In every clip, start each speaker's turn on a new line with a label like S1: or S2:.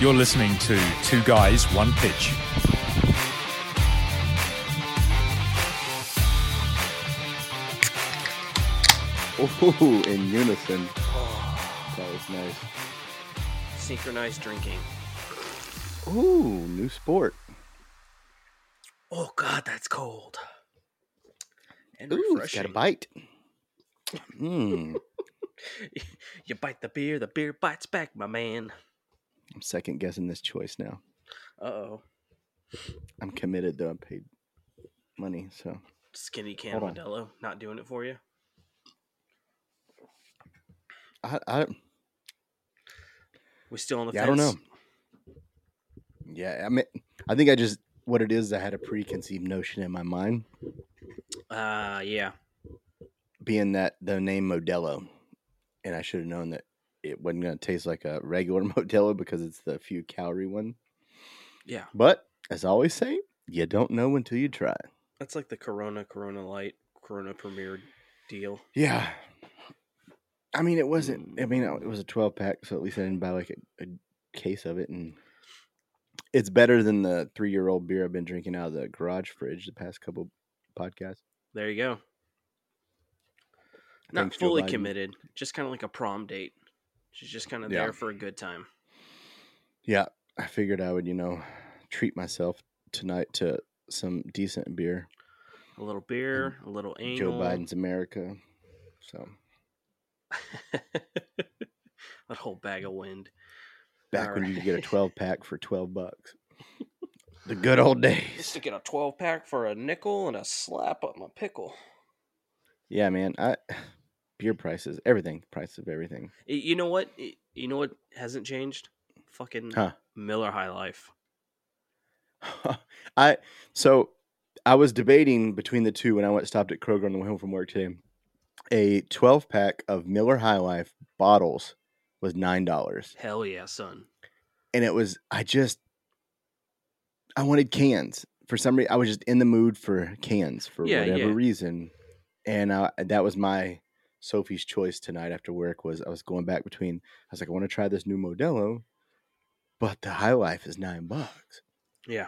S1: You're listening to Two Guys, One Pitch.
S2: Ooh, in unison. That was nice.
S3: Synchronized drinking.
S2: Ooh, new sport.
S3: Oh God, that's cold. And
S2: Ooh, it's got a
S3: refreshing.
S2: bite. Mmm.
S3: You bite the beer, the beer bites back, my man.
S2: I'm second guessing this choice now.
S3: Uh oh.
S2: I'm committed though. I paid money, so
S3: Skinny can
S2: Hold on.
S3: Modelo, not doing it for you.
S2: I I,
S3: We still on the
S2: yeah, I
S3: fence.
S2: don't know. Yeah, I mean, I think I just what it is. I had a preconceived notion in my mind,
S3: Uh, yeah.
S2: being that the name Modelo, and I should have known that it wasn't going to taste like a regular Modelo because it's the few calorie one.
S3: Yeah.
S2: But as I always say, you don't know until you try.
S3: That's like the Corona, Corona Light, Corona Premier deal.
S2: Yeah. I mean, it wasn't. I mean, uh, it was a twelve pack, so at least I didn't buy like a, a case of it, and it's better than the three-year-old beer I've been drinking out of the garage fridge the past couple podcasts.
S3: There you go. Not
S2: Thanks, Joe
S3: fully
S2: Biden.
S3: committed. Just kind of like a prom date. She's just kind of
S2: Yeah.
S3: there for a good time.
S2: Yeah, I figured I would, you know, treat myself tonight to some decent beer.
S3: A little beer, a little anal.
S2: Joe Biden's America. So
S3: that whole bag of wind.
S2: back when you could get a
S3: Alright.
S2: twelve-pack for twelve bucks, the good old days.
S3: Used to get a 12 pack for a nickel and a slap up my pickle.
S2: Yeah, man. I beer prices, everything, price of everything.
S3: Y- You know what? Y- You know what hasn't changed? Fucking
S2: Huh.
S3: Miller High Life.
S2: I so I was debating between the two when I went stopped at Kroger on the way home from work today. A 12 pack of Miller High Life bottles was nine dollars,
S3: Hell yeah, son.
S2: and it was I just I wanted cans for some reason. I was just in the mood for cans for
S3: Yeah,
S2: whatever
S3: yeah.
S2: reason, and uh, that was my Sophie's choice tonight after work. Was I was going back between I was like I want to try this new Modelo, but the High Life is nine bucks.
S3: Yeah.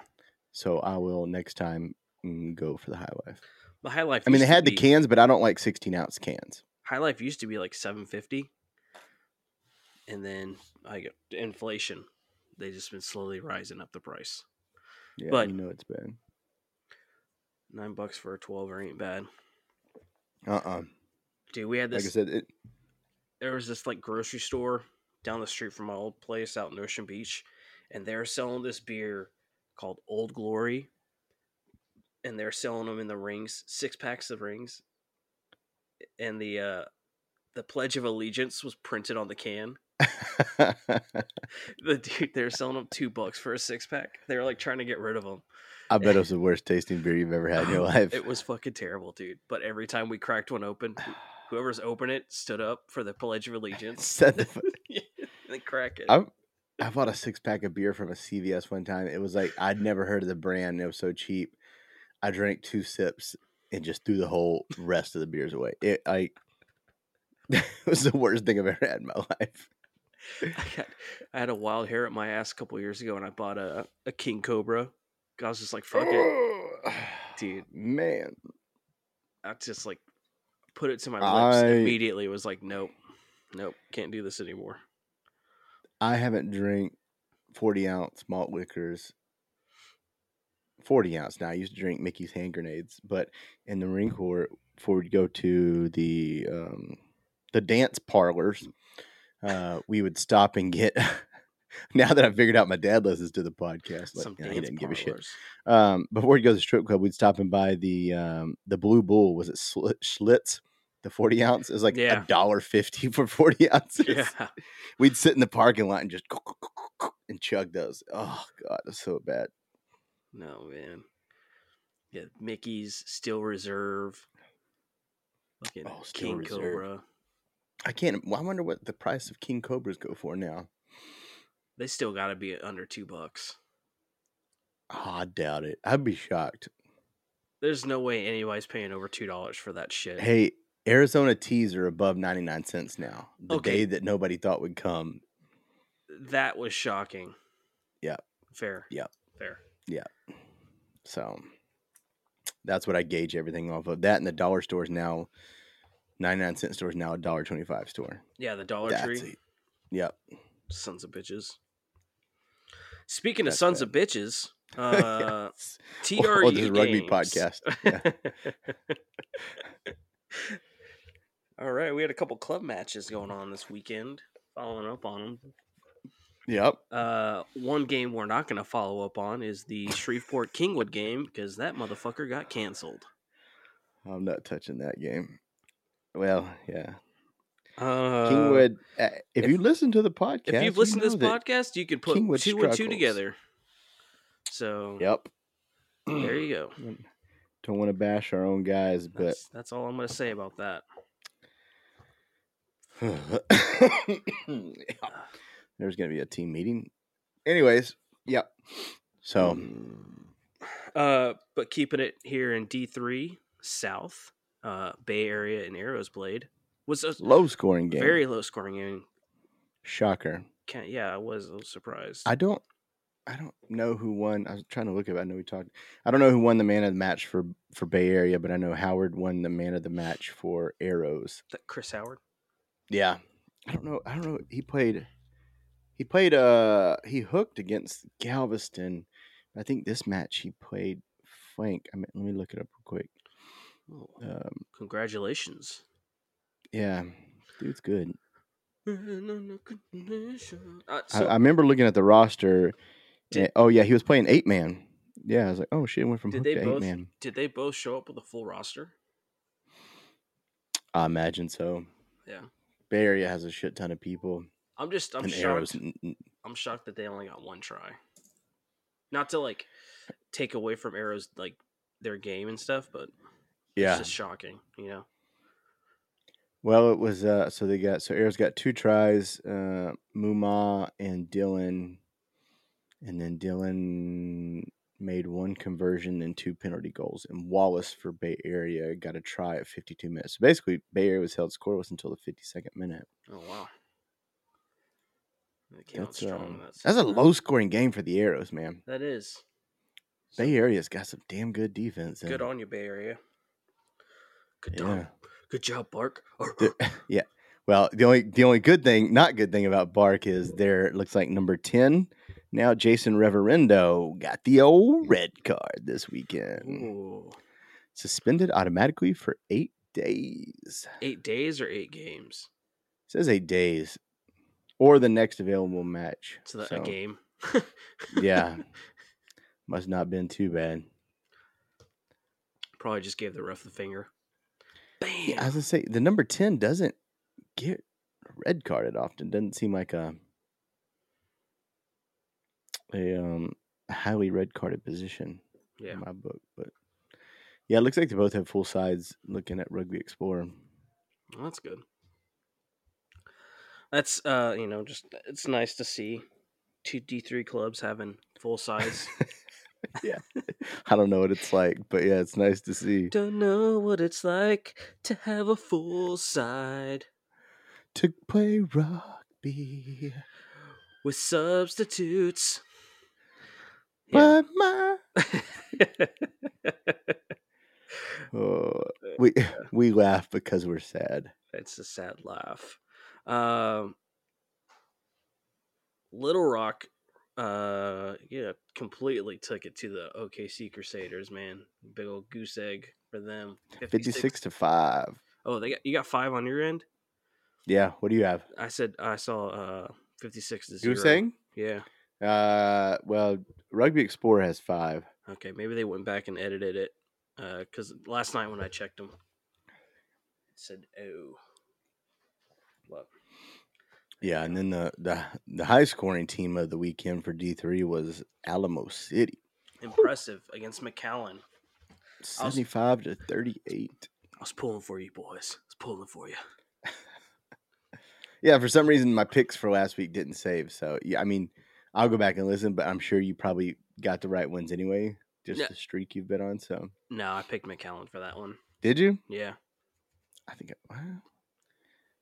S2: So I will next time mm, go for the High Life.
S3: The High Life.
S2: I mean,
S3: used
S2: they
S3: to
S2: had the
S3: be-
S2: cans, but I don't like 16 ounce cans.
S3: High Life used to be like 750. And then I got inflation. They just been slowly rising up the price.
S2: Yeah,
S3: But-
S2: you know it's bad.
S3: Nine bucks for a 12 er ain't bad.
S2: Uh uh
S3: Dude, we had
S2: Like I
S3: this.
S2: said, it,
S3: there was this like grocery store down the street from my old place out in Ocean Beach, and they're selling this beer called Old Glory, and they're selling them in the rings, six packs of rings, and the uh, the Pledge of Allegiance was printed on the can. The dude, they're selling them two bucks for a six pack. They were like trying to get rid of them.
S2: I bet it was the worst tasting beer you've ever had in your life.
S3: Um, It was fucking terrible, dude. But every time we cracked one open, wh- whoever's opened it stood up for the Pledge of Allegiance.
S2: Set the fu-
S3: They crack it.
S2: I, I bought a six pack of beer from a CVS one time. It was like I'd never heard of the brand. It was so cheap. I drank two sips and just threw the whole rest of the beers away. It I it was the worst thing I've ever had in my life.
S3: I got I had a wild hair at my ass a couple years ago, and I bought a a king cobra. I was just like, fuck it, dude.
S2: man.
S3: I just like put it to my lips
S2: I-
S3: immediately. Was like, nope, nope, can't do this anymore.
S2: I haven't drank 40 ounce malt liquors. 40 ounce now. I used to drink Mickey's hand grenades, but in the Marine Corps, before we'd go to the um, the dance parlors, uh, we would stop and get. now that I figured out my dad listens to the podcast, like,
S3: Some
S2: you know,
S3: dance
S2: he didn't give a shit.
S3: parlors.
S2: Um, before we'd go to the strip club, we'd stop and buy the um, the Blue Bull. Was it Schli- Schlitz? The 40 ounce is like
S3: Yeah.
S2: a dollar fifty for 40 ounces
S3: Yeah,
S2: we'd sit in the parking lot and just and chug those. Oh god, that's so bad.
S3: no man. Yeah, Mickey's Steel Reserve. Fucking
S2: Oh, Steel
S3: King
S2: Reserve.
S3: Cobra.
S2: I can't. I wonder what the price of king cobras go for now.
S3: They still got to be at under two bucks.
S2: Oh, I doubt it. I'd be shocked.
S3: There's no way anybody's paying over two dollars for that shit.
S2: Hey, Arizona teas are above ninety nine cents now. The
S3: Okay.
S2: day that nobody thought would come.
S3: That was shocking.
S2: Yep.
S3: Fair.
S2: Yep.
S3: Fair.
S2: So that's what I gauge everything off of. That and the dollar store is now 99 cent store is now a dollar 25 store.
S3: Yeah, the Dollar
S2: that's
S3: Tree.
S2: it. Yep.
S3: Sons of bitches. Speaking
S2: That's
S3: of sons
S2: bad.
S3: of bitches, uh,
S2: Yes.
S3: TRU
S2: Or- or this is rugby
S3: games.
S2: podcast.
S3: All right, we had a couple club matches going on this weekend. Following up on them,
S2: Yep.
S3: uh, one game we're not going to follow up on is the Shreveport Kingwood game because that motherfucker got canceled.
S2: I'm not touching that game. Well, yeah.
S3: Uh,
S2: Kingwood, uh, if,
S3: if-
S2: you listen to the podcast,
S3: If you've
S2: you
S3: listened to
S2: know
S3: this
S2: that-
S3: podcast, you can put
S2: Kingwood
S3: two and two
S2: struggles.
S3: together. So
S2: Yep.
S3: there you go.
S2: Don't want to bash our own guys, but
S3: That's, that's all I'm going to say about that.
S2: there's going to be a team meeting. Anyways, yep. So,
S3: Mm-hmm. Um, Uh, but keeping it here in D3 South, uh, Bay Area and Arrows Blade was a
S2: low scoring game.
S3: very low scoring game.
S2: Shocker.
S3: Can't, yeah, I was, I was surprised.
S2: I don't I don't know who won. I was trying to look it. up. I know we talked. I don't know who won the man of the match for for Bay Area, but I know Howard won the man of the match for Arrows.
S3: that Chris Howard.
S2: Yeah. I don't know. I don't know. He played he played uh he hooked against Galveston. I think this match he played flank. I mean, let me look it up real quick.
S3: Oh,
S2: Um
S3: congratulations.
S2: yeah. Dude's good.
S3: Uh,
S2: I,
S3: so
S2: I remember looking at the roster.
S3: Did-
S2: and- oh yeah, he was playing eight man. Yeah, I was like, oh shit, went from
S3: Did
S2: hook
S3: they
S2: to
S3: both-
S2: eight man.
S3: did they both show up with a full roster?
S2: I imagine so.
S3: Yeah.
S2: Bay Area has a shit ton of people.
S3: I'm just I'm
S2: and
S3: shocked.
S2: arrows. n- n-
S3: I'm shocked that they only got one try. Not to like take away from Arrows like their game and stuff, but
S2: Yeah.
S3: it's just shocking, you know.
S2: Well, it was uh so they got so Arrows got two tries, uh Muma and Dylan. And then Dylan made one conversion and two penalty goals. And Wallace for Bay Area got a try at 52 minutes. So basically, Bay Area was held scoreless until the 52nd minute.
S3: Oh wow. They came out
S2: That's,
S3: strong
S2: um,
S3: in that
S2: that's a
S3: sense.
S2: low scoring game for the Arrows, man.
S3: That is.
S2: Bay Area's got some damn good defense. and-
S3: Good on you, Bay Area. Good
S2: Yeah.
S3: job. Good job, Bark.
S2: The- yeah. Well, the only the only good thing, not good thing about Bark is there looks like number ten now. Jason Reverendo got the old red card this weekend,
S3: Ooh.
S2: suspended automatically for eight days.
S3: Eight days or eight games?
S2: says eight days, or the next available match.
S3: So that a game.
S2: yeah, must not been too bad.
S3: Probably just gave the ref the finger. Bam.
S2: Yeah, I was gonna say the number ten doesn't get red carded often. Doesn't seem like a a um, highly red carded position
S3: yeah.
S2: in my book. But yeah, it looks like they both have full sides looking at Rugby Explorer.
S3: Well, that's good. That's uh, you know, just it's nice to see two D three clubs having full size.
S2: I don't know what it's like, but yeah, it's nice to see
S3: Don't know what it's like to have a full side
S2: to play rugby.
S3: with substitutes. Yeah.
S2: But my oh, we we laugh because we're sad.
S3: it's a sad laugh. Um, Little Rock, uh, yeah, completely took it to the OKC Crusaders, man. Big old goose egg for them.
S2: Fifty six to five.
S3: Oh, they got you got five on your end.
S2: Yeah, what do you have?
S3: I said I saw uh fifty six to zero.
S2: Goose egg?
S3: Yeah.
S2: Uh, well, Rugby Explorer has five.
S3: Okay. Maybe they went back and edited it. Uh, because last night when I checked them, it said oh. Look,
S2: Yeah, and then the the the high scoring team of the weekend for D three was Alamo City,
S3: impressive against McAllen.
S2: seventy five to thirty eight.
S3: I was pulling for you, boys. I was pulling for you.
S2: Yeah, for some reason my picks for last week didn't save. So yeah, I mean, I'll go back and listen, but I'm sure you probably got the right ones anyway. Just
S3: Yeah.
S2: the streak you've been on. So
S3: No, I picked McAllen for that one.
S2: did you?
S3: Yeah,
S2: I think I, well,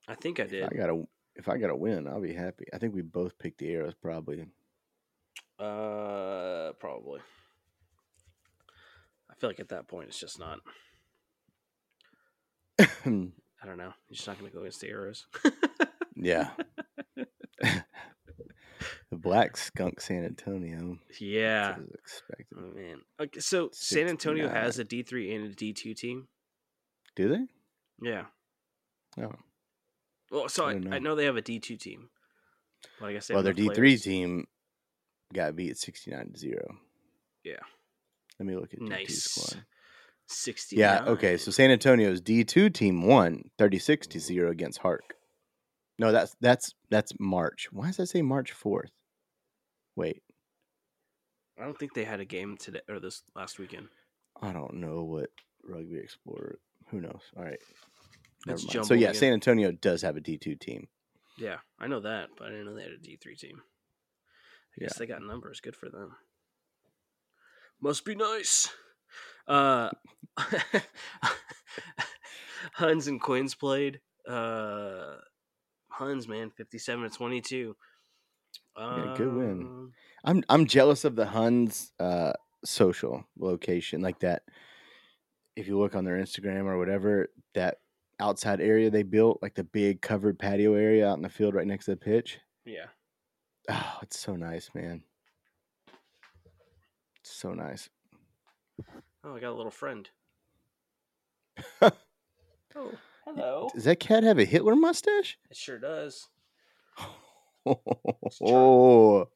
S3: I think I
S2: if
S3: did.
S2: I got a if I got a win, I'll be happy. I think we both picked the arrows probably.
S3: Uh, probably. I feel like at that point it's just not. I don't know. You're just not going to go against the arrows.
S2: yeah. the black skunk San Antonio.
S3: yeah.
S2: That's what I was expecting.
S3: Oh, man. Okay, so San Antonio has a
S2: 69.
S3: D3 and a D2 team.
S2: Do they?
S3: Yeah.
S2: Oh.
S3: Well, so
S2: I
S3: I,
S2: don't
S3: I
S2: know.
S3: know they have a D2 team. But I guess they
S2: Well,
S3: have
S2: their
S3: enough
S2: D three
S3: players.
S2: team got beat sixty nine to zero.
S3: Yeah.
S2: Let me look at D2
S3: Nice.
S2: squad.
S3: 60.
S2: Yeah, okay. So San Antonio's D two team won 36 to zero against Hark. No, that's that's that's March. Why does that say March fourth? Wait,
S3: I don't think they had a game today or this last weekend.
S2: I don't know what Rugby Explorer. Who knows? All right. Never mind.
S3: It's
S2: So
S3: jumbled
S2: yeah,
S3: again.
S2: San Antonio does have a D two team.
S3: Yeah, I know that, but I didn't know they had a D3 team. I guess
S2: Yeah.
S3: they got numbers. Good for them. Must be nice. Uh, Huns and Quins played. Uh, Huns, man, 57 to 22.
S2: Yeah, good win.
S3: Um,
S2: I'm I'm jealous of the Huns uh social location like that. If you look on their Instagram or whatever, that outside area they built, like the big covered patio area out in the field right next to the pitch.
S3: Yeah.
S2: Oh, it's so nice, man. It's so nice.
S3: Oh, I got a little friend. oh, hello.
S2: Does that cat have a Hitler mustache?
S3: It sure does.
S2: Oh,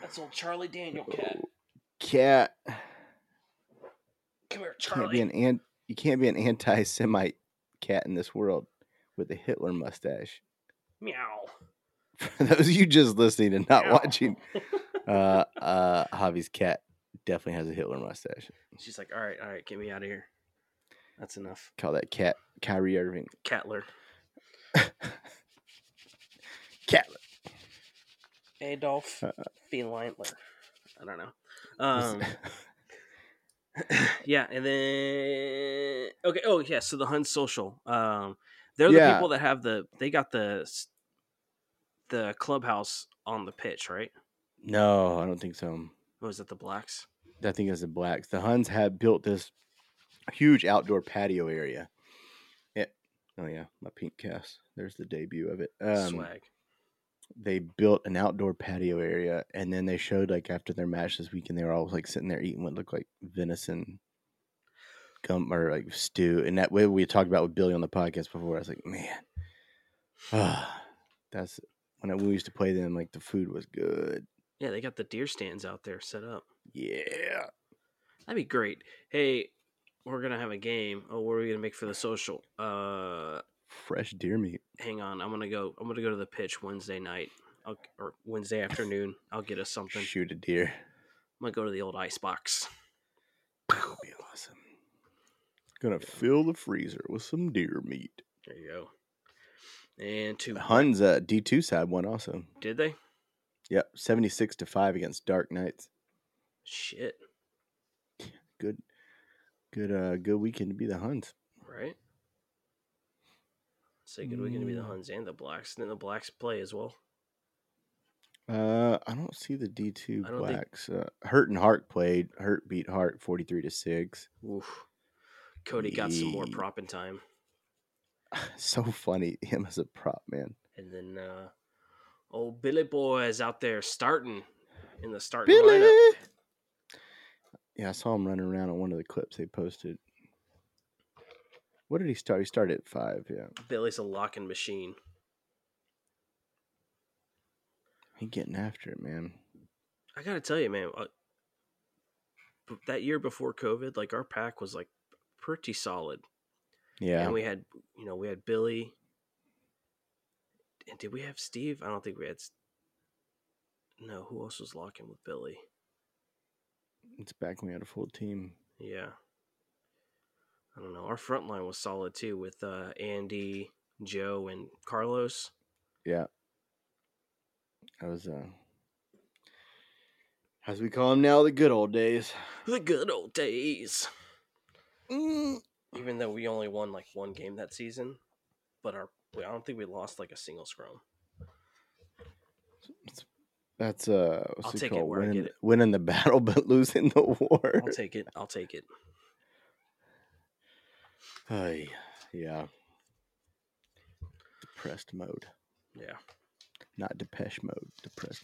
S3: That's old Charlie Daniel cat.
S2: cat
S3: Come here,
S2: can't be
S3: Charlie.
S2: an ant. You can't be an anti-Semite cat in this world with a Hitler mustache.
S3: Meow.
S2: for those of you just listening and not
S3: Meow.
S2: watching, uh, uh, Javi's cat definitely has a Hitler mustache.
S3: She's like, all right, all right, get me out of here. That's enough.
S2: Call that cat Kyrie Irving.
S3: Catler.
S2: Cat. Uh,
S3: Adolf Felinetler. I don't know. Um,
S2: was-
S3: yeah, and then okay. Oh yeah, so the Hun Social. Um, they're the
S2: Yeah.
S3: people that have the. They got the s- the clubhouse on the pitch, right?
S2: no, I don't think so.
S3: Or was it the Blacks?
S2: I think it's the blacks. The Huns had built this huge outdoor patio area. It, oh yeah, my pink cast. There's the debut of it. Um,
S3: Swag.
S2: they built an outdoor patio area and then they showed like after their match this weekend they were all like sitting there eating what looked like venison gum or like stew and that way we talked about with billy on the podcast before i was like man that's when, I, when we used to play them like the food was good
S3: Yeah, they got the deer stands out there set up.
S2: yeah
S3: That'd be great. Hey, we're gonna have a game. Oh, what are we gonna make for the social? Uh,
S2: fresh deer meat
S3: hang on. I'm gonna go. I'm gonna go to the pitch Wednesday night I'll, or Wednesday afternoon. I'll get us something.
S2: shoot a deer
S3: I'm gonna go to the old ice box.
S2: that would be awesome gonna fill the freezer with some deer meat
S3: There you go. And two.
S2: the huns uh, d2 side won also
S3: Did they?
S2: yep 76 to 5 against dark knights
S3: Shit.
S2: good good uh good weekend to be the hunt
S3: Right. Say good weekend to be the
S2: Mm.
S3: Huns and the Blacks. And then the Blacks play as well.
S2: uh i don't see the d2
S3: I don't think-
S2: blacks uh, hurt and hart played hurt beat hart 43 to 6
S3: Oof. Cody got some more
S2: Ye-
S3: prop in time.
S2: so funny him as a prop man
S3: And then uh old Billy Boy is out there starting in the starting
S2: billy
S3: lineup.
S2: yeah i saw him running around on one of the clips they posted what did he start he started at five yeah
S3: Billy's a locking machine.
S2: he getting after it man
S3: I gotta tell you, man, uh, b- that year before COVID, like our pack was like pretty solid.
S2: yeah
S3: And we had, you know, we had Billy. And did we have Steve? I don't think we had. S- No, who else was locking with Billy?
S2: it's back when we had a full team
S3: Yeah. I don't know. Our front line was solid too with uh, Andy, Joe, and Carlos.
S2: Yeah. I was uh as we call them now, the good old days.
S3: The good old days.
S2: Mm.
S3: Even though we only won like one game that season, but our I don't think we lost like a single scrum.
S2: It's That's uh, what's
S3: I'll
S2: it
S3: take it
S2: called?
S3: where I get
S2: winning,
S3: it.
S2: winning the battle but losing the war.
S3: I'll take it. I'll take it.
S2: Ay, yeah. Depressed mode,
S3: Yeah.
S2: not Depeche mode. Depressed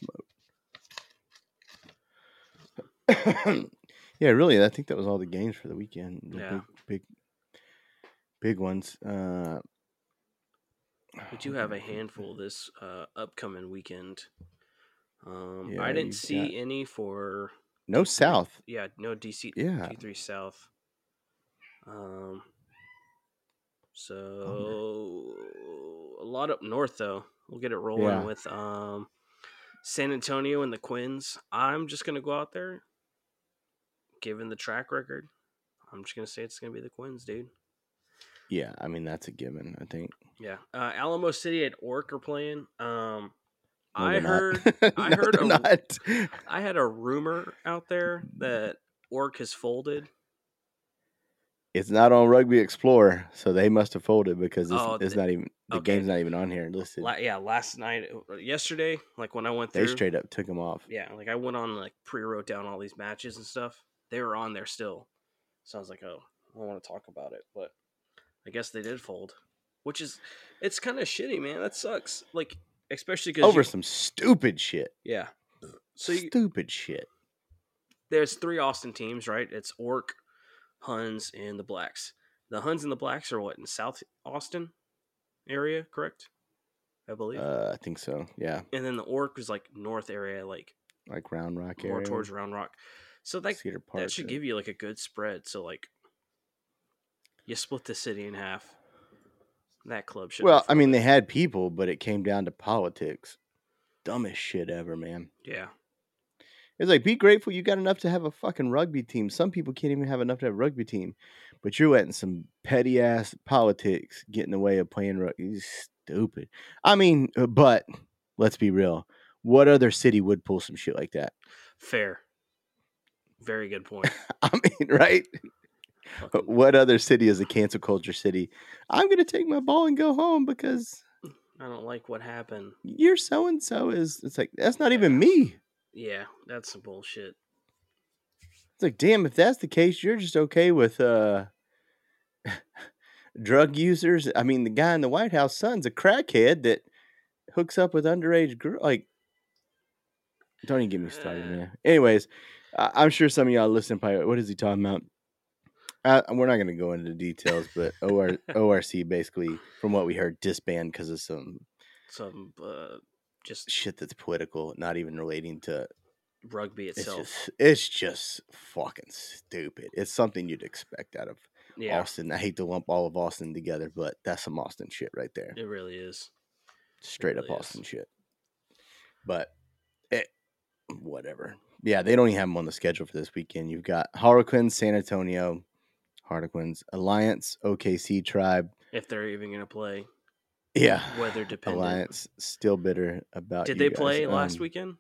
S2: mode. yeah, really. I think that was all the games for the weekend. the
S3: Yeah.
S2: Big, big, big ones. Uh,
S3: We do have a handful this uh, upcoming weekend. Um,
S2: Yeah,
S3: I
S2: you've
S3: didn't see
S2: got-
S3: any for
S2: No South.
S3: yeah no DC
S2: Yeah.
S3: D three South. Um, so a lot up north though. We'll get it rolling
S2: Yeah.
S3: with um, San Antonio and the Quins. I'm just gonna go out there, given the track record. I'm just gonna say it's gonna be the Quins, dude.
S2: Yeah, I mean that's a given. I think.
S3: Yeah, uh, Alamo City at Orc are playing. Um,
S2: No,
S3: I
S2: they're not.
S3: heard I
S2: No,
S3: heard
S2: they're
S3: a-
S2: not.
S3: I had a rumor out there that Orc has folded.
S2: It's not on Rugby Explorer, so they must have folded because it's,
S3: Oh,
S2: it's
S3: the-
S2: not even the
S3: okay.
S2: game's not even on here listed.
S3: La- yeah, last night, yesterday, like when I went
S2: They
S3: through,
S2: straight up took them off.
S3: yeah, like I went on like pre-wrote down all these matches and stuff. They were on there still, so I was like, oh, I don't want to talk about it, but I guess they did fold, which is it's kind of shitty, man. That sucks. Like especially because
S2: Over some stupid shit.
S3: yeah. So you,
S2: stupid shit.
S3: there's three Austin teams, right? It's Orc, Huns, and the Blacks. The Huns and the Blacks are what in South Austin area, correct? I believe.
S2: Uh, I think so. Yeah,
S3: and then the Orc is like North area, like
S2: like Round Rock
S3: more
S2: area,
S3: towards Round Rock. So that
S2: Cedar Park.
S3: that should give you like a good spread. So like, you split the city in half. That club should.
S2: well, I mean, they had people, but it came down to politics. Dumbest shit ever, man.
S3: yeah,
S2: It's like be grateful you got enough to have a fucking rugby team. Some people can't even have enough to have a rugby team, but you're letting some petty ass politics get in the way of playing rugby. It's Stupid. I mean, uh, but let's be real. What other city would pull some shit like that?
S3: fair. Very good point.
S2: I mean, right?
S3: Fucking-
S2: Uh, What other city is a cancel culture city? I'm gonna take my ball and go home because
S3: I don't like what happened.
S2: your so and so is. It's like that's not even me.
S3: Yeah, that's some bullshit.
S2: It's like, damn, if that's the case, you're just okay with uh drug users. I mean, the guy in the White House son's a crackhead that hooks up with underage girl. Like, don't even get me started,
S3: Uh.
S2: man. Anyways, I- I'm sure some of y'all listen. Probably, what is he talking about? Uh, we're not going to go into the details, but OR- ORC basically, from what we heard, disbanded because of some
S3: Some uh, just
S2: shit that's political, not even relating to
S3: rugby
S2: it's
S3: itself.
S2: just it's just fucking stupid. It's something you'd expect out of
S3: yeah,
S2: Austin. I hate to lump all of Austin together, but that's some Austin shit right there.
S3: it really is.
S2: Straight
S3: really
S2: up
S3: is.
S2: Austin shit. But it, whatever. Yeah, they don't even have them on the schedule for this weekend. You've got Harlequins, San Antonio, Harlequins, Alliance, OKC Tribe.
S3: If they're even gonna play,
S2: Yeah.
S3: weather dependent.
S2: Alliance still bitter about
S3: Did
S2: you
S3: they
S2: guys.
S3: play last
S2: Um,
S3: weekend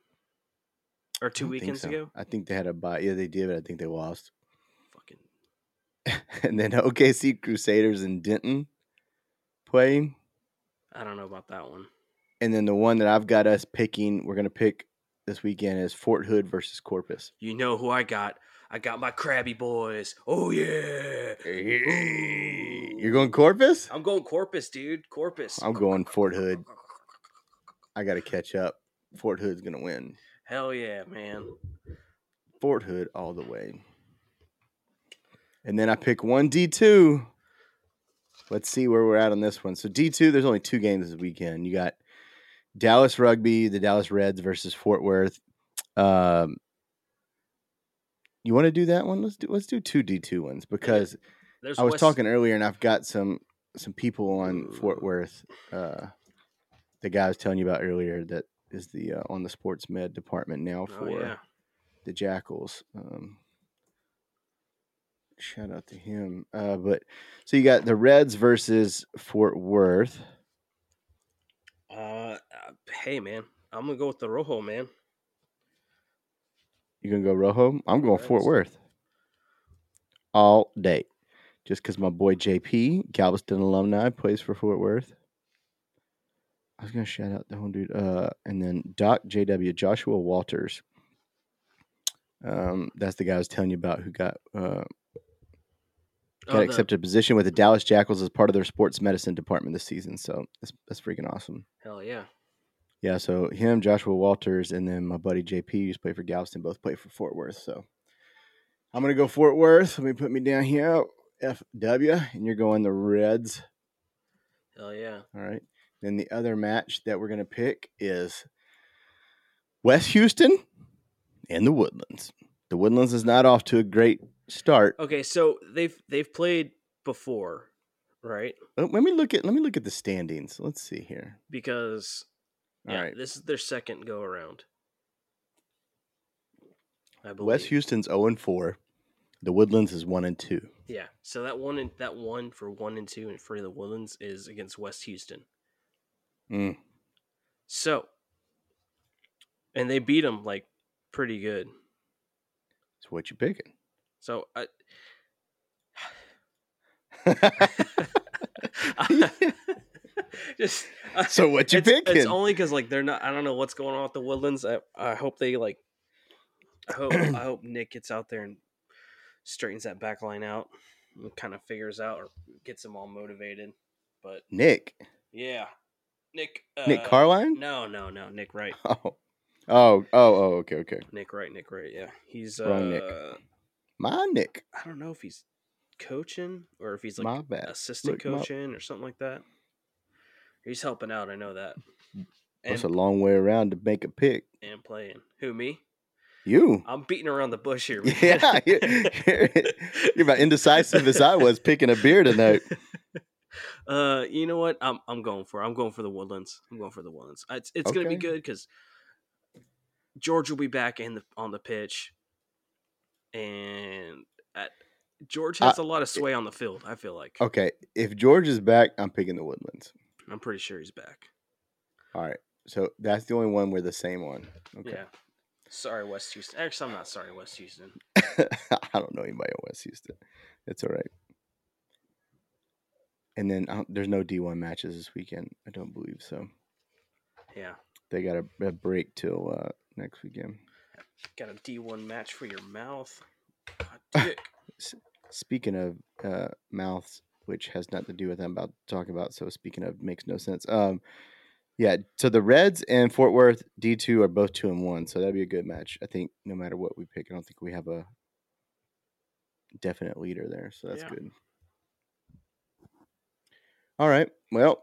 S3: or
S2: I
S3: two
S2: don't think
S3: weekends
S2: so.
S3: ago?
S2: I think they had a bye. Yeah, they did, but I think they lost.
S3: Fucking
S2: and then OKC Crusaders and Denton play.
S3: I don't know about that one.
S2: And then the one that I've got us picking, we're gonna pick this weekend is Fort Hood versus Corpus.
S3: You know who I got? I got my Krabby Boys. Oh yeah.
S2: You're going Corpus?
S3: I'm going Corpus, dude. Corpus.
S2: I'm going Fort Hood. I gotta catch up. Fort Hood's gonna win.
S3: Hell yeah, man.
S2: Fort Hood all the way. And then I pick one D two. Let's see where we're at on this one. So D two, there's only two games this weekend. You got Dallas Rugby, the Dallas Reds versus Fort Worth. Um, you want to do that one? Let's do let's do two D two ones because
S3: There's
S2: I was
S3: West-
S2: talking earlier and I've got some some people on Fort Worth. Uh, the guy I was telling you about earlier that is the uh, on the sports med department now
S3: Oh
S2: for
S3: yeah.
S2: the Jackals. Um, shout out to him. Uh, but so you got the Reds versus Fort Worth.
S3: Uh, uh, hey man, I'm gonna go with the Rojo man.
S2: You gonna go Rojo? I'm going Fort
S3: Reds.
S2: Worth all day, just because my boy JP Galveston alumni plays for Fort Worth. I was gonna shout out the whole dude, uh, and then Doc JW Joshua Walters. Um, that's the guy I was telling you about who got uh, got
S3: Oh, the-
S2: accepted a position with the Dallas Jackals as part of their sports medicine department this season. So that's that's freaking awesome.
S3: hell yeah.
S2: Yeah, so him, Joshua Walters, and then my buddy JP, who's played for Galveston, both play for Fort Worth. So I'm gonna go Fort Worth. Let me put me down here, FW, and you're going the Reds.
S3: Hell yeah.
S2: All right. Then the other match that we're going to pick is West Houston and the Woodlands. The Woodlands is not off to a great start.
S3: Okay, so they've they've played before, right?
S2: Oh, Let me look at let me look at the standings. Let's see here.
S3: Because
S2: All
S3: yeah,
S2: right.
S3: this is their second go around. I believe.
S2: West Houston's 0 and 4. The Woodlands is 1 and 2.
S3: Yeah. So that one and that one for one and two and for the Woodlands is against West Houston.
S2: Mm.
S3: So, and they beat them like pretty good.
S2: So what you picking?
S3: So I, just
S2: so what you
S3: it's,
S2: picking?
S3: It's only because like they're not. I don't know what's going on with the Woodlands. I, I hope they like. I hope I hope Nick gets out there and straightens that back line out and kind of figures out or gets them all motivated. But
S2: Nick.
S3: yeah, Nick. Uh,
S2: Nick Carline?
S3: No, no, no. Nick Wright.
S2: Oh. Oh, oh, oh, okay, okay.
S3: Nick Wright. Nick Wright. Yeah, he's uh,
S2: Wrong Nick. My Nick.
S3: I don't know if he's coaching or if he's like
S2: My bad.
S3: assistant
S2: Look 'em up.
S3: coaching or something like that. He's helping out. I know that.
S2: That's
S3: And,
S2: a long way around to make a pick.
S3: and playing. Who me?
S2: You.
S3: I'm beating around the bush here. man.
S2: Yeah, you're, you're, you're about indecisive as I was picking a beer tonight.
S3: Uh, you know what? I'm I'm going for. it. I'm going for the Woodlands. I'm going for the Woodlands. It's it's gonna be
S2: Okay.
S3: good because George will be back in the on the pitch, and at, George has a lot of sway on the field. I feel like
S2: Okay, if George is back, I'm picking the Woodlands.
S3: I'm pretty sure he's back.
S2: All right, so that's the only one we're the same on. Okay,
S3: Yeah. Sorry, West Houston. Actually, I'm not sorry, West Houston.
S2: I don't know anybody on West Houston. It's all right. And then I don't- there's no D1 matches this weekend. I don't believe so.
S3: Yeah,
S2: They got a, a break till uh, next weekend.
S3: got a D1 match for your mouth. God, dick.
S2: Speaking of uh, mouths, which has nothing to do with what I'm about to talk about, so speaking of makes no sense. Um, yeah, so the Reds and Fort Worth D two are both two and one, so that'd be a good match. I think no matter what we pick, I don't think we have a definite leader there, so that's
S3: Yeah.
S2: good. All right, well,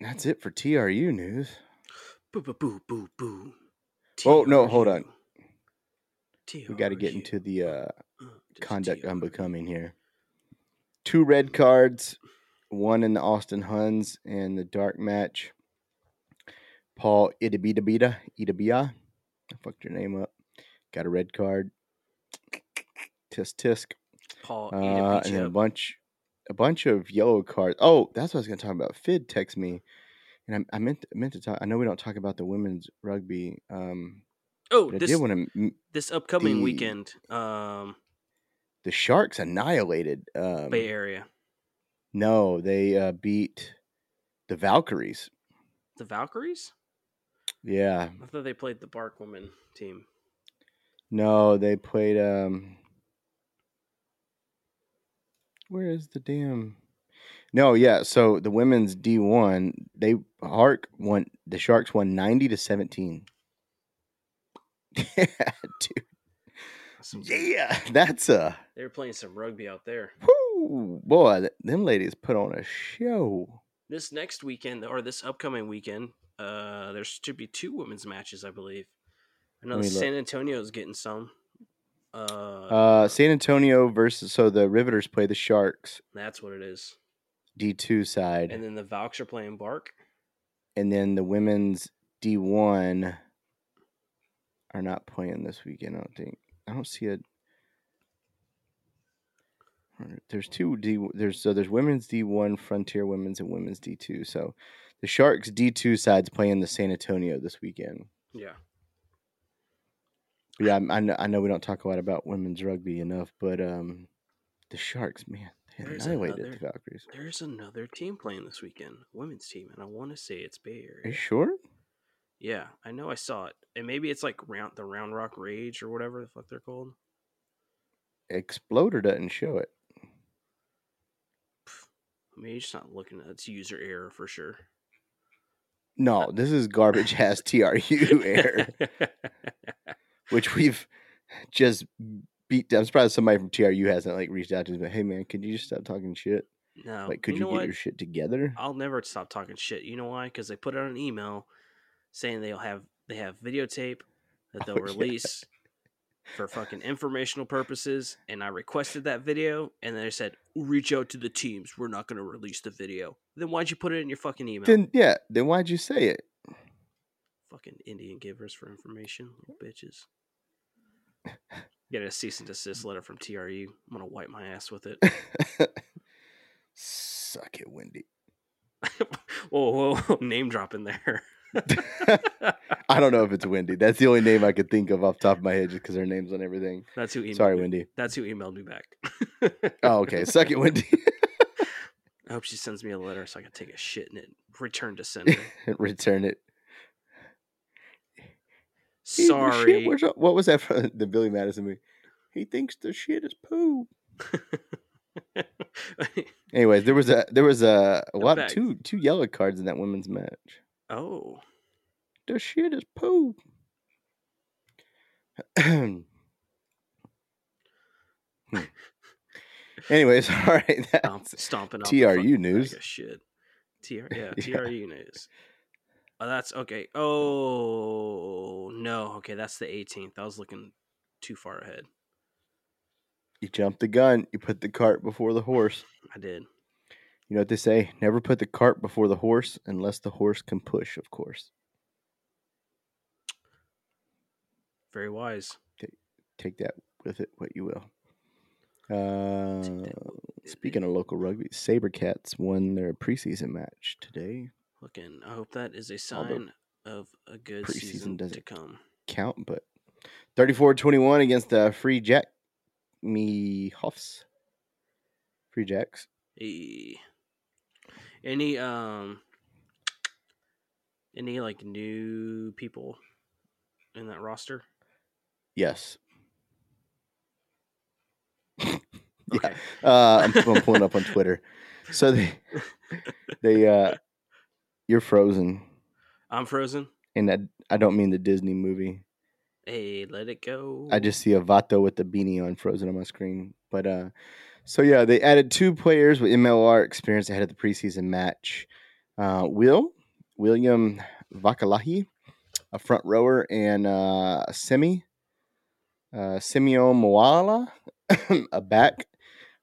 S2: that's it for TRU news.
S3: Boo boo boo boo boo.
S2: Oh, no, hold on.
S3: TRU.
S2: We got to get into the uh,
S3: Uh, just
S2: conduct um,
S3: TRU.
S2: unbecoming here. Two red cards, one in the Austin Huns and the dark match. Paul Idabidabida, Idabia, I fucked your name up. Got a red card. Tisk tisk.
S3: Paul eat a
S2: Uh,
S3: peach
S2: and then a
S3: up.
S2: bunch, a bunch of yellow cards. Oh, that's what I was gonna talk about. Fid text me, and I, I meant meant to talk. I know we don't talk about the women's rugby. Um,
S3: Oh,
S2: but I
S3: this
S2: did want to.
S3: this upcoming
S2: the-
S3: weekend, um,
S2: The Sharks annihilated. Um,
S3: Bay Area,
S2: No, they uh, beat the Valkyries.
S3: the Valkyries.
S2: Yeah.
S3: I thought they played the Bark Woman team.
S2: No, they played. Um, where is the damn? No, yeah. So the women's D one, they Hark won. The Sharks won ninety to seventeen. yeah, dude.
S3: Some-
S2: Yeah, that's a
S3: they were playing some rugby out there.
S2: whoo, boy. th- Them ladies put on a show.
S3: This next weekend, or this upcoming weekend, uh, there should be two women's matches, I believe. I know
S2: Let me look.
S3: San Antonio is getting some. Uh,
S2: Uh, San Antonio versus so the Riveters play the Sharks
S3: that's what it is.
S2: D two side.
S3: And then the Valks are playing Bark.
S2: and then the women's D1 are not playing this weekend. I don't think. I don't see a. There's two D. There's so there's women's D1, Frontier women's, and women's D2. So the Sharks D2 side's playing the San Antonio this weekend.
S3: Yeah.
S2: But yeah, I'm- I know, I know we don't talk a lot about women's rugby enough, but um, the Sharks, man, they They
S3: There's
S2: annihilated
S3: another-
S2: the Valkyries.
S3: There's another team playing this weekend, women's team, and I want to say it's Bay
S2: Are you
S3: Area.
S2: sure?
S3: Yeah, I know I saw it, and maybe it's like round the Round Rock Rage or whatever the fuck they're called.
S2: Exploder doesn't show it.
S3: I mean, you're just not looking at it's user error for sure. Uh,
S2: No, this is garbage ass TRU air, which we've just beat. I'm surprised somebody from TRU hasn't like reached out to us. But hey, man, could you just stop talking shit?
S3: no,
S2: Like, could you,
S3: Oh, know
S2: get
S3: what? Oh,
S2: your shit together?
S3: I'll never stop talking shit. You know why? Because they put out an email saying they'll have they have videotape that they'll
S2: Oh, yeah.
S3: release for fucking informational purposes, and I requested that video, and they said reach out to the teams. We're not going to release the video. Then why'd you put it in your fucking email?
S2: Then yeah, then why'd you say it?
S3: fucking Indian givers for information, little bitches. Get a cease and desist letter from TRU. I'm gonna wipe my ass with it.
S2: Suck it, Wendy.
S3: whoa, whoa, whoa, name drop in there.
S2: I don't know if it's Wendy. That's the only name I could think of off the top of my head, just because her name's on everything.
S3: That's who emailed.
S2: Sorry,
S3: me.
S2: Wendy.
S3: That's who emailed me back.
S2: Oh, okay. Suck it, Wendy.
S3: I hope she sends me a letter so I can take a shit in it. Return to sender.
S2: Return it. He- the shit
S3: Sorry.
S2: was- uh, what was that from the Billy Madison movie? He thinks the shit is poo. Anyways, there was a there was a, a lot of
S3: fact.
S2: two two yellow cards in that women's match.
S3: oh,
S2: The shit is poo. Hmm. Anyways, all right.
S3: stomp,
S2: That's,
S3: stomping on
S2: TRU
S3: Like
S2: news.
S3: a shit. TR, yeah,
S2: Yeah.
S3: TRU news. Oh, that's okay. Oh no, okay, that's the 18th. I was looking too far ahead.
S2: you jumped the gun. You put the cart before the horse.
S3: I did.
S2: You know what they say? Never put the cart before the horse unless the horse can push, of course.
S3: Very wise.
S2: Take that with it what you will. Uh, speaking of local rugby, Sabercats won their preseason match today.
S3: looking, I hope that is a
S2: Although
S3: sign of a good
S2: preseason
S3: season to
S2: doesn't-
S3: come.
S2: Count, but 34 21 against the Free Jack Me Hoffs. Free Jacks.
S3: Eh. Any um any like new people in that roster?
S2: Yes. Yeah.
S3: Okay.
S2: Uh, I'm, I'm pulling up on Twitter. So they, they, uh, you're frozen.
S3: I'm frozen.
S2: And I, I don't mean the Disney movie.
S3: Hey, let it go.
S2: I just see a Vato with the beanie on frozen on my screen. But uh so yeah, they added two players with MLR experience ahead of the preseason match. Uh Will, William Vakalahi, a front rower, and uh Semi, uh Simeon Moala, a back,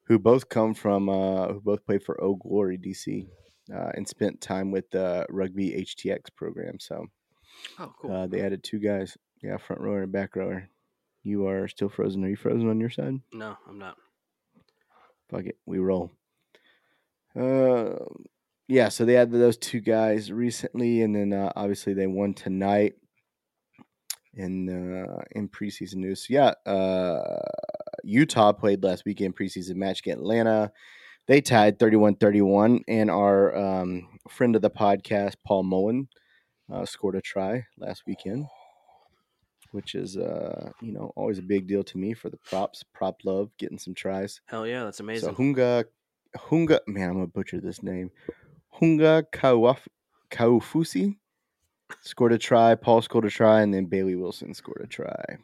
S2: who both come from uh who both played for O Glory DC. Uh, and spent time with the rugby HTX program. So
S3: oh, cool.
S2: uh, they added two guys. Yeah, front rower and back rower. You are still frozen. Are you frozen on your side?
S3: no, I'm not.
S2: Fuck it. We roll. Uh, yeah, so they added those two guys recently, and then uh, obviously they won tonight in uh, in preseason news. So, yeah, uh, Utah played last weekend preseason match against Atlanta. They tied 31 31, and our um, friend of the podcast, Paul Mullen, uh, scored a try last weekend, which is, uh, you know, always a big deal to me for the props, prop love, getting some tries.
S3: Hell yeah, that's amazing.
S2: So Hunga, Hunga, man, I'm gonna butcher this name. Hunga Kauaf, Kaufusi scored a try. Paul scored a try, and then Bailey Wilson scored a try.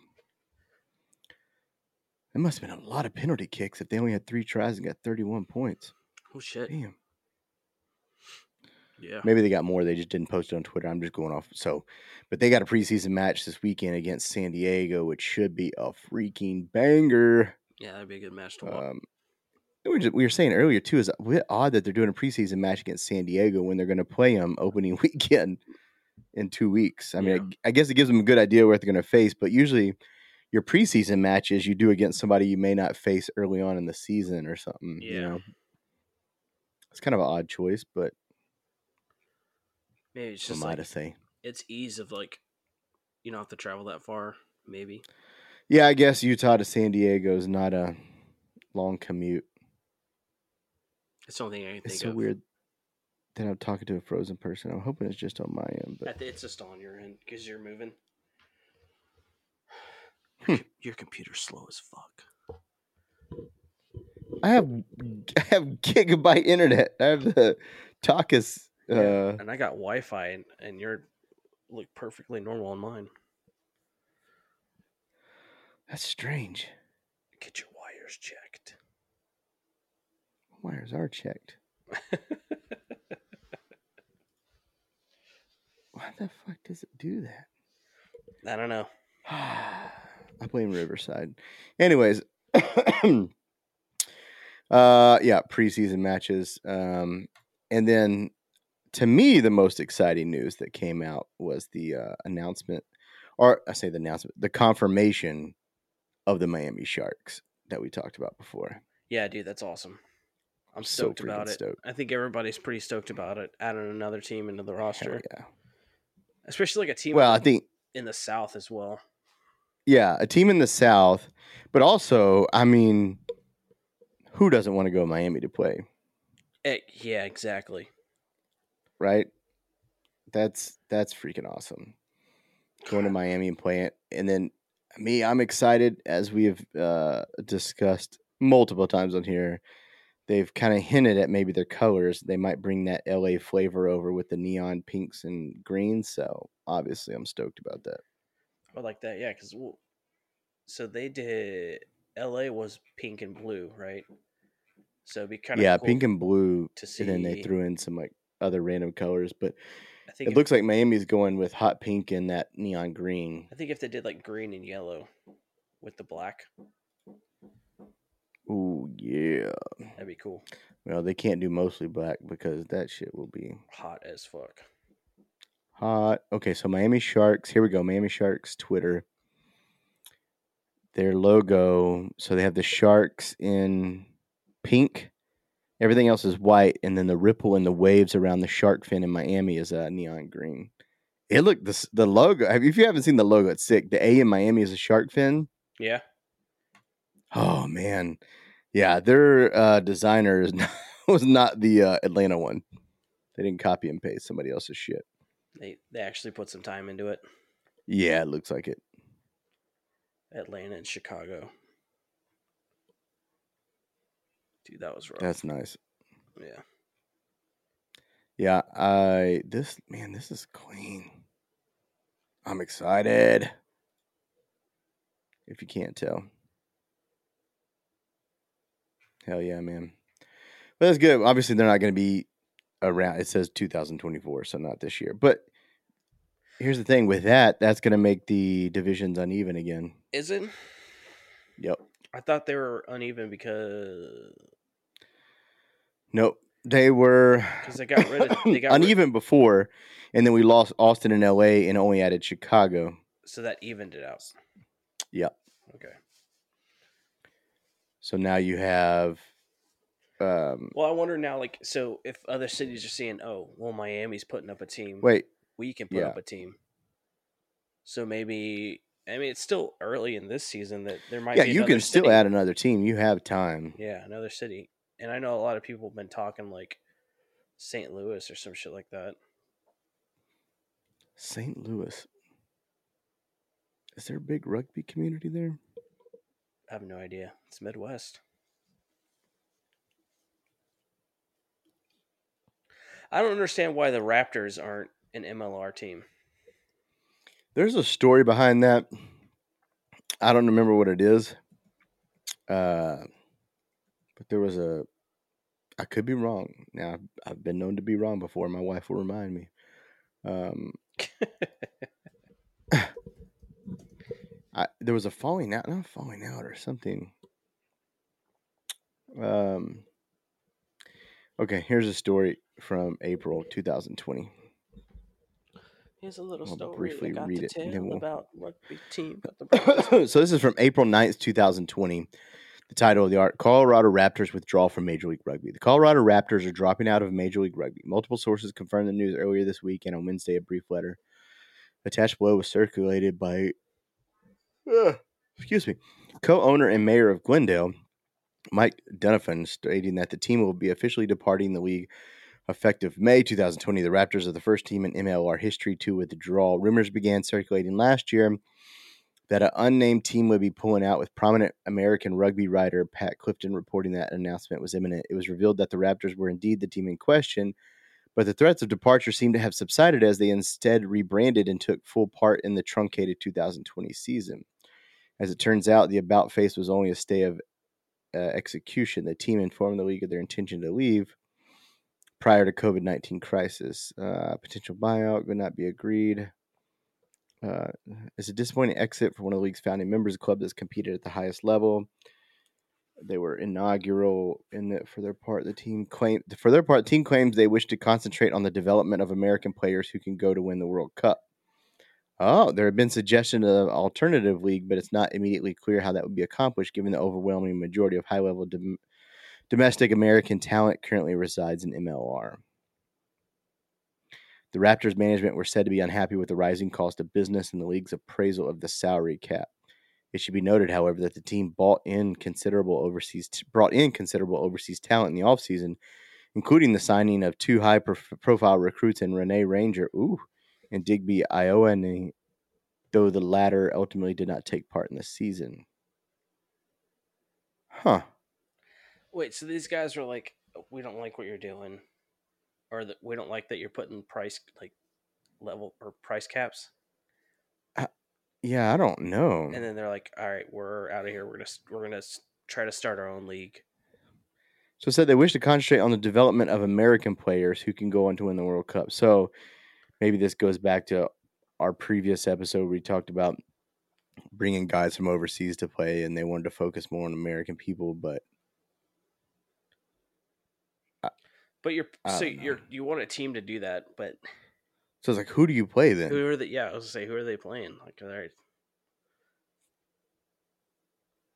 S2: It must have been a lot of penalty kicks if they only had three tries and got 31 points.
S3: oh shit.
S2: Damn.
S3: Yeah.
S2: Maybe they got more. They just didn't post it on Twitter. I'm just going off. So, but they got a preseason match this weekend against San Diego, which should be a freaking banger.
S3: Yeah, that'd be a good match to watch.
S2: Um, we, were just, we were saying earlier too is it odd that they're doing a preseason match against San Diego when they're going to play them opening weekend in two weeks. I mean,
S3: Yeah.
S2: I, I guess it gives them a good idea what they're going to face, but usually your preseason matches you do against somebody you may not face early on in the season or something. You
S3: Yeah.
S2: know, it's kind of an odd choice, but
S3: maybe it's
S2: what
S3: just
S2: am I
S3: like
S2: to say?
S3: it's ease of like you don't have to travel that far. Maybe.
S2: Yeah, I guess Utah to San Diego is not a long commute.
S3: It's the only thing I can think
S2: It's so
S3: of.
S2: weird that I'm talking to a frozen person. I'm hoping it's just on my end, but
S3: At the- it's just on your end because you're moving.
S2: Hmm.
S3: Your, your computer's slow as fuck.
S2: I have I have gigabyte internet. I have the Takas. Uh,
S3: And I got Wi-Fi, and, and you're look perfectly normal on mine.
S2: that's strange.
S3: Get your wires checked.
S2: Wires are checked. Why the fuck does it do that?
S3: I don't know.
S2: I blame Riverside. Anyways, uh, yeah, preseason matches, um, and then to me, the most exciting news that came out was the uh, announcement, or I say the announcement, the confirmation of the Miami Sharks that we talked about before.
S3: Yeah, dude, that's awesome. I'm
S2: So
S3: stoked
S2: freaking
S3: about it.
S2: stoked.
S3: I think everybody's pretty stoked about it. Adding another team into the roster,
S2: Hell yeah.
S3: especially like a team
S2: Well, I think
S3: in the South as well.
S2: Yeah, a team in the South, but also, I mean, who doesn't want to go to Miami to play,
S3: Eh, yeah, exactly.
S2: right? That's that's freaking awesome. Going to
S3: God.
S2: Miami and playing, it. and then me, I'm excited as we have uh, discussed multiple times on here. They've kind of hinted at maybe their colors. They might bring that LA flavor over with the neon pinks and greens. So obviously, I'm stoked about that.
S3: I like that, yeah. Because so they did. L.A. was pink and blue, right? So it'd be kind of
S2: yeah, pink and blue.
S3: to see.
S2: And then they threw in some like other random colors, but
S3: I think
S2: It
S3: if-
S2: looks like Miami's going with hot pink and that neon green.
S3: I think if they did like green and yellow with the black,
S2: Ooh yeah.
S3: that'd be cool.
S2: Well, they can't do mostly black because that shit will be
S3: Hot as fuck.
S2: hot. Okay, so Miami Sharks. Here we go. Miami Sharks Twitter. Their logo. So they have the sharks in pink. Everything else is white, and then the ripple and the waves around the shark fin in Miami is uh, neon green. It looked the s- the logo. have- If you haven't seen the logo, it's sick. The A in Miami is a shark fin.
S3: Yeah,
S2: Oh man, yeah, their uh, designer is not, was not the uh, Atlanta one. They didn't copy and paste somebody else's shit.
S3: they they actually put some time into it.
S2: Yeah, it looks like it.
S3: Atlanta and Chicago. Dude, that was rough.
S2: That's nice.
S3: yeah.
S2: Yeah, I this man, this is clean. I'm excited. If you can't tell. Hell yeah, man. But that's good. Obviously, they're not going to be around. It says 2024, so not this year. But here's the thing with that, that's going to make the divisions uneven again.
S3: Is it?
S2: Yep.
S3: I thought they were uneven because
S2: Nope. They were
S3: because they got rid of they got rid-
S2: uneven before, and then we lost Austin and LA and only added Chicago.
S3: so that evened it out.
S2: Yep.
S3: Okay.
S2: So now you have, um,
S3: Well, I wonder now, like, so if other cities are seeing, oh, well, Miami's putting up a team.
S2: wait,
S3: we can put
S2: Yeah.
S3: up a team. So maybe I mean it's still early in this season that there might
S2: yeah,
S3: be
S2: you
S3: another
S2: can still
S3: city.
S2: add another team. You have time.
S3: yeah another city, and I know a lot of people have been talking like St. Louis or some shit like that.
S2: St. Louis. Is there a big rugby community there?
S3: I have no idea. It's Midwest. I don't understand why the Raptors aren't an MLR team.
S2: There's a story behind that. I don't remember what it is. Uh, but there was a. I could be wrong. Now I've, I've been known to be wrong before. My wife will remind me. Um, I, there was a falling out, not falling out or something. Um. Okay, here's a story from April 2020.
S3: Here's a little
S2: I'll
S3: story
S2: briefly
S3: I got
S2: read
S3: to
S2: it, and
S3: tell
S2: then we'll-
S3: about rugby team. But the Raptors-
S2: so this is from April 9th, 2020. The title of the art Colorado Raptors withdraw from Major League Rugby. The Colorado Raptors are dropping out of Major League Rugby. Multiple sources confirmed the news earlier this week, and on Wednesday, a brief letter attached below was circulated uh, by, Ugh, excuse me, co owner and mayor of Glendale, Mike Dunafin stating that the team will be officially departing the league effective May 2020. The Raptors are the first team in MLR history to withdraw. Rumors began circulating last year that an unnamed team would be pulling out, with prominent American rugby writer Pat Clifton reporting that an announcement was imminent. It was revealed that the Raptors were indeed the team in question, but the threats of departure seemed to have subsided as they instead rebranded and took full part in the truncated 2020 season. As it turns out, the about face was only a stay of uh, execution. The team informed the league of their intention to leave prior to COVID 19 crisis. Uh, potential buyout would not be agreed. Uh, it's a disappointing exit for one of the league's founding members, a club that's competed at the highest level. They were inaugural in that for their part. The team claim for their part, the team claims they wish to concentrate on the development of American players who can go to win the World Cup. Oh, there have been suggestions of an alternative league, but it's not immediately clear how that would be accomplished, given the overwhelming majority of high-level dom- domestic American talent currently resides in MLR. The Raptors management were said to be unhappy with the rising cost of business and the league's appraisal of the salary cap. It should be noted, however, that the team bought in considerable overseas brought in considerable overseas talent in the offseason, including the signing of two high prof- profile recruits in Renee Ranger ooh, and Digby Ione, though the latter ultimately did not take part in the season. Huh.
S3: Wait, so these guys are like, we don't like what you're doing, or that we don't like that you're putting price like level or price caps,
S2: Yeah, I don't know.
S3: and then they're like, all right, we're out of here. We're gonna s- we're gonna s- try to start our own league.
S2: So it said they wish to concentrate on the development of American players who can go on to win the World Cup. So maybe this goes back to our previous episode where we talked about bringing guys from overseas to play, and they wanted to focus more on American people. But
S3: But you're
S2: I
S3: so
S2: don't know.
S3: you're you want a team to do that, but
S2: so it's like, who do you play then?
S3: who are they? Yeah, I was gonna say who are they playing? Like, all right,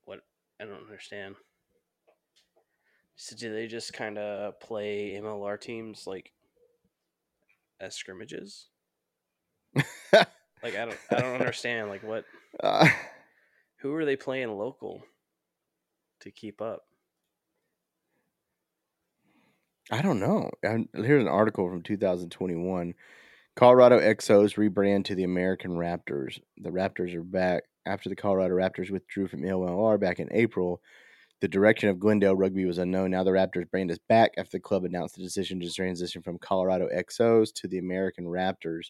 S3: what I don't understand. So do they just kind of play MLR teams like as scrimmages? Like I don't I don't understand. Like what
S2: Uh,
S3: who are they playing local to keep up?
S2: I don't know. i here's an article from 2021. Colorado Exos rebrand to the American Raptors. The Raptors are back after the Colorado Raptors withdrew from MLR back in April. The direction of Glendale Rugby was unknown. Now the Raptors brand is back after the club announced the decision to transition from Colorado Exos to the American Raptors.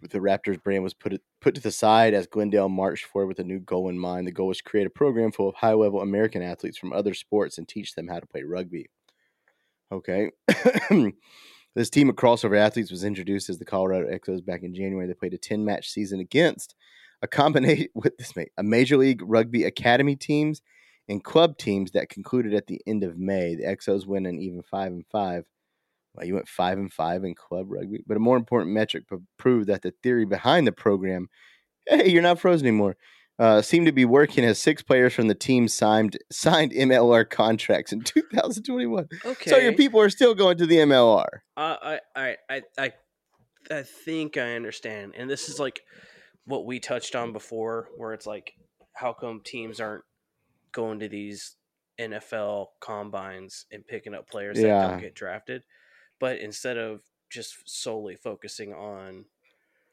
S2: The Raptors brand was put put to the side as Glendale marched forward with a new goal in mind. The goal was to create a program full of high level American athletes from other sports and teach them how to play rugby. Okay. this team of crossover athletes was introduced as the Colorado Exos back in January. They played a 10 match season against a combination with this mate, a major league rugby academy teams and club teams that concluded at the end of May. The Exos win an even five and five. Well, you went five and five in club rugby, but a more important metric pro- proved that the theory behind the program, hey, you're not frozen anymore, uh, seemed to be working as six players from the team signed signed MLR contracts in 2021.
S3: Okay.
S2: So your people are still going to the MLR.
S3: Uh, I I all right, I I I think I understand, and this is like what we touched on before, where it's like, how come teams aren't going to these NFL combines and picking up players that
S2: Yeah.
S3: don't get drafted, but instead of just solely focusing on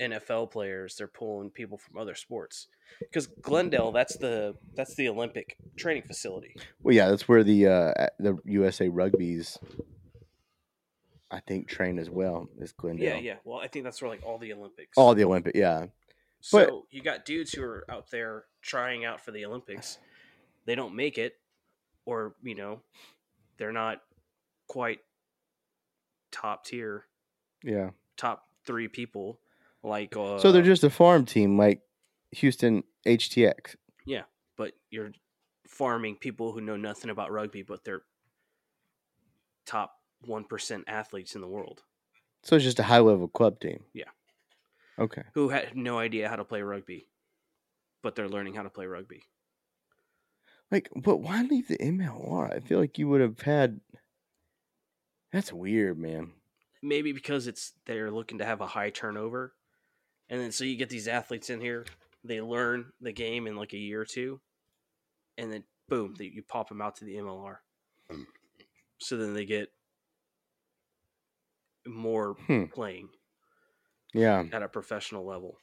S3: NFL players, they're pulling people from other sports. Because Glendale, that's the that's the Olympic training facility.
S2: Well, yeah, that's where the uh, a- the USA Rugby's, I think, train as well is Glendale. Oh,
S3: Yeah, yeah. Well, I think that's where like all the Olympics.
S2: All the Olympic, yeah,
S3: So
S2: But-
S3: you got dudes who are out there trying out for the Olympics. They don't make it, or you know, they're not quite top tier,
S2: yeah.
S3: top three people. Like uh,
S2: so they're just a farm team like Houston HTX.
S3: but you're farming people who know nothing about rugby, but they're top one percent athletes in the world
S2: So it's just a high level club team.
S3: Yeah.
S2: Okay.
S3: who had no idea how to play rugby, but they're learning how to play rugby.
S2: Like, but why leave the MLR? I feel like you would have had. That's weird, man.
S3: maybe because it's they're looking to have a high turnover and then so you get these athletes in here they learn the game in like a year or two and then boom, that you pop them out to the MLR.
S2: Hmm.
S3: So then they get more
S2: Hmm.
S3: playing
S2: Yeah.
S3: at a professional level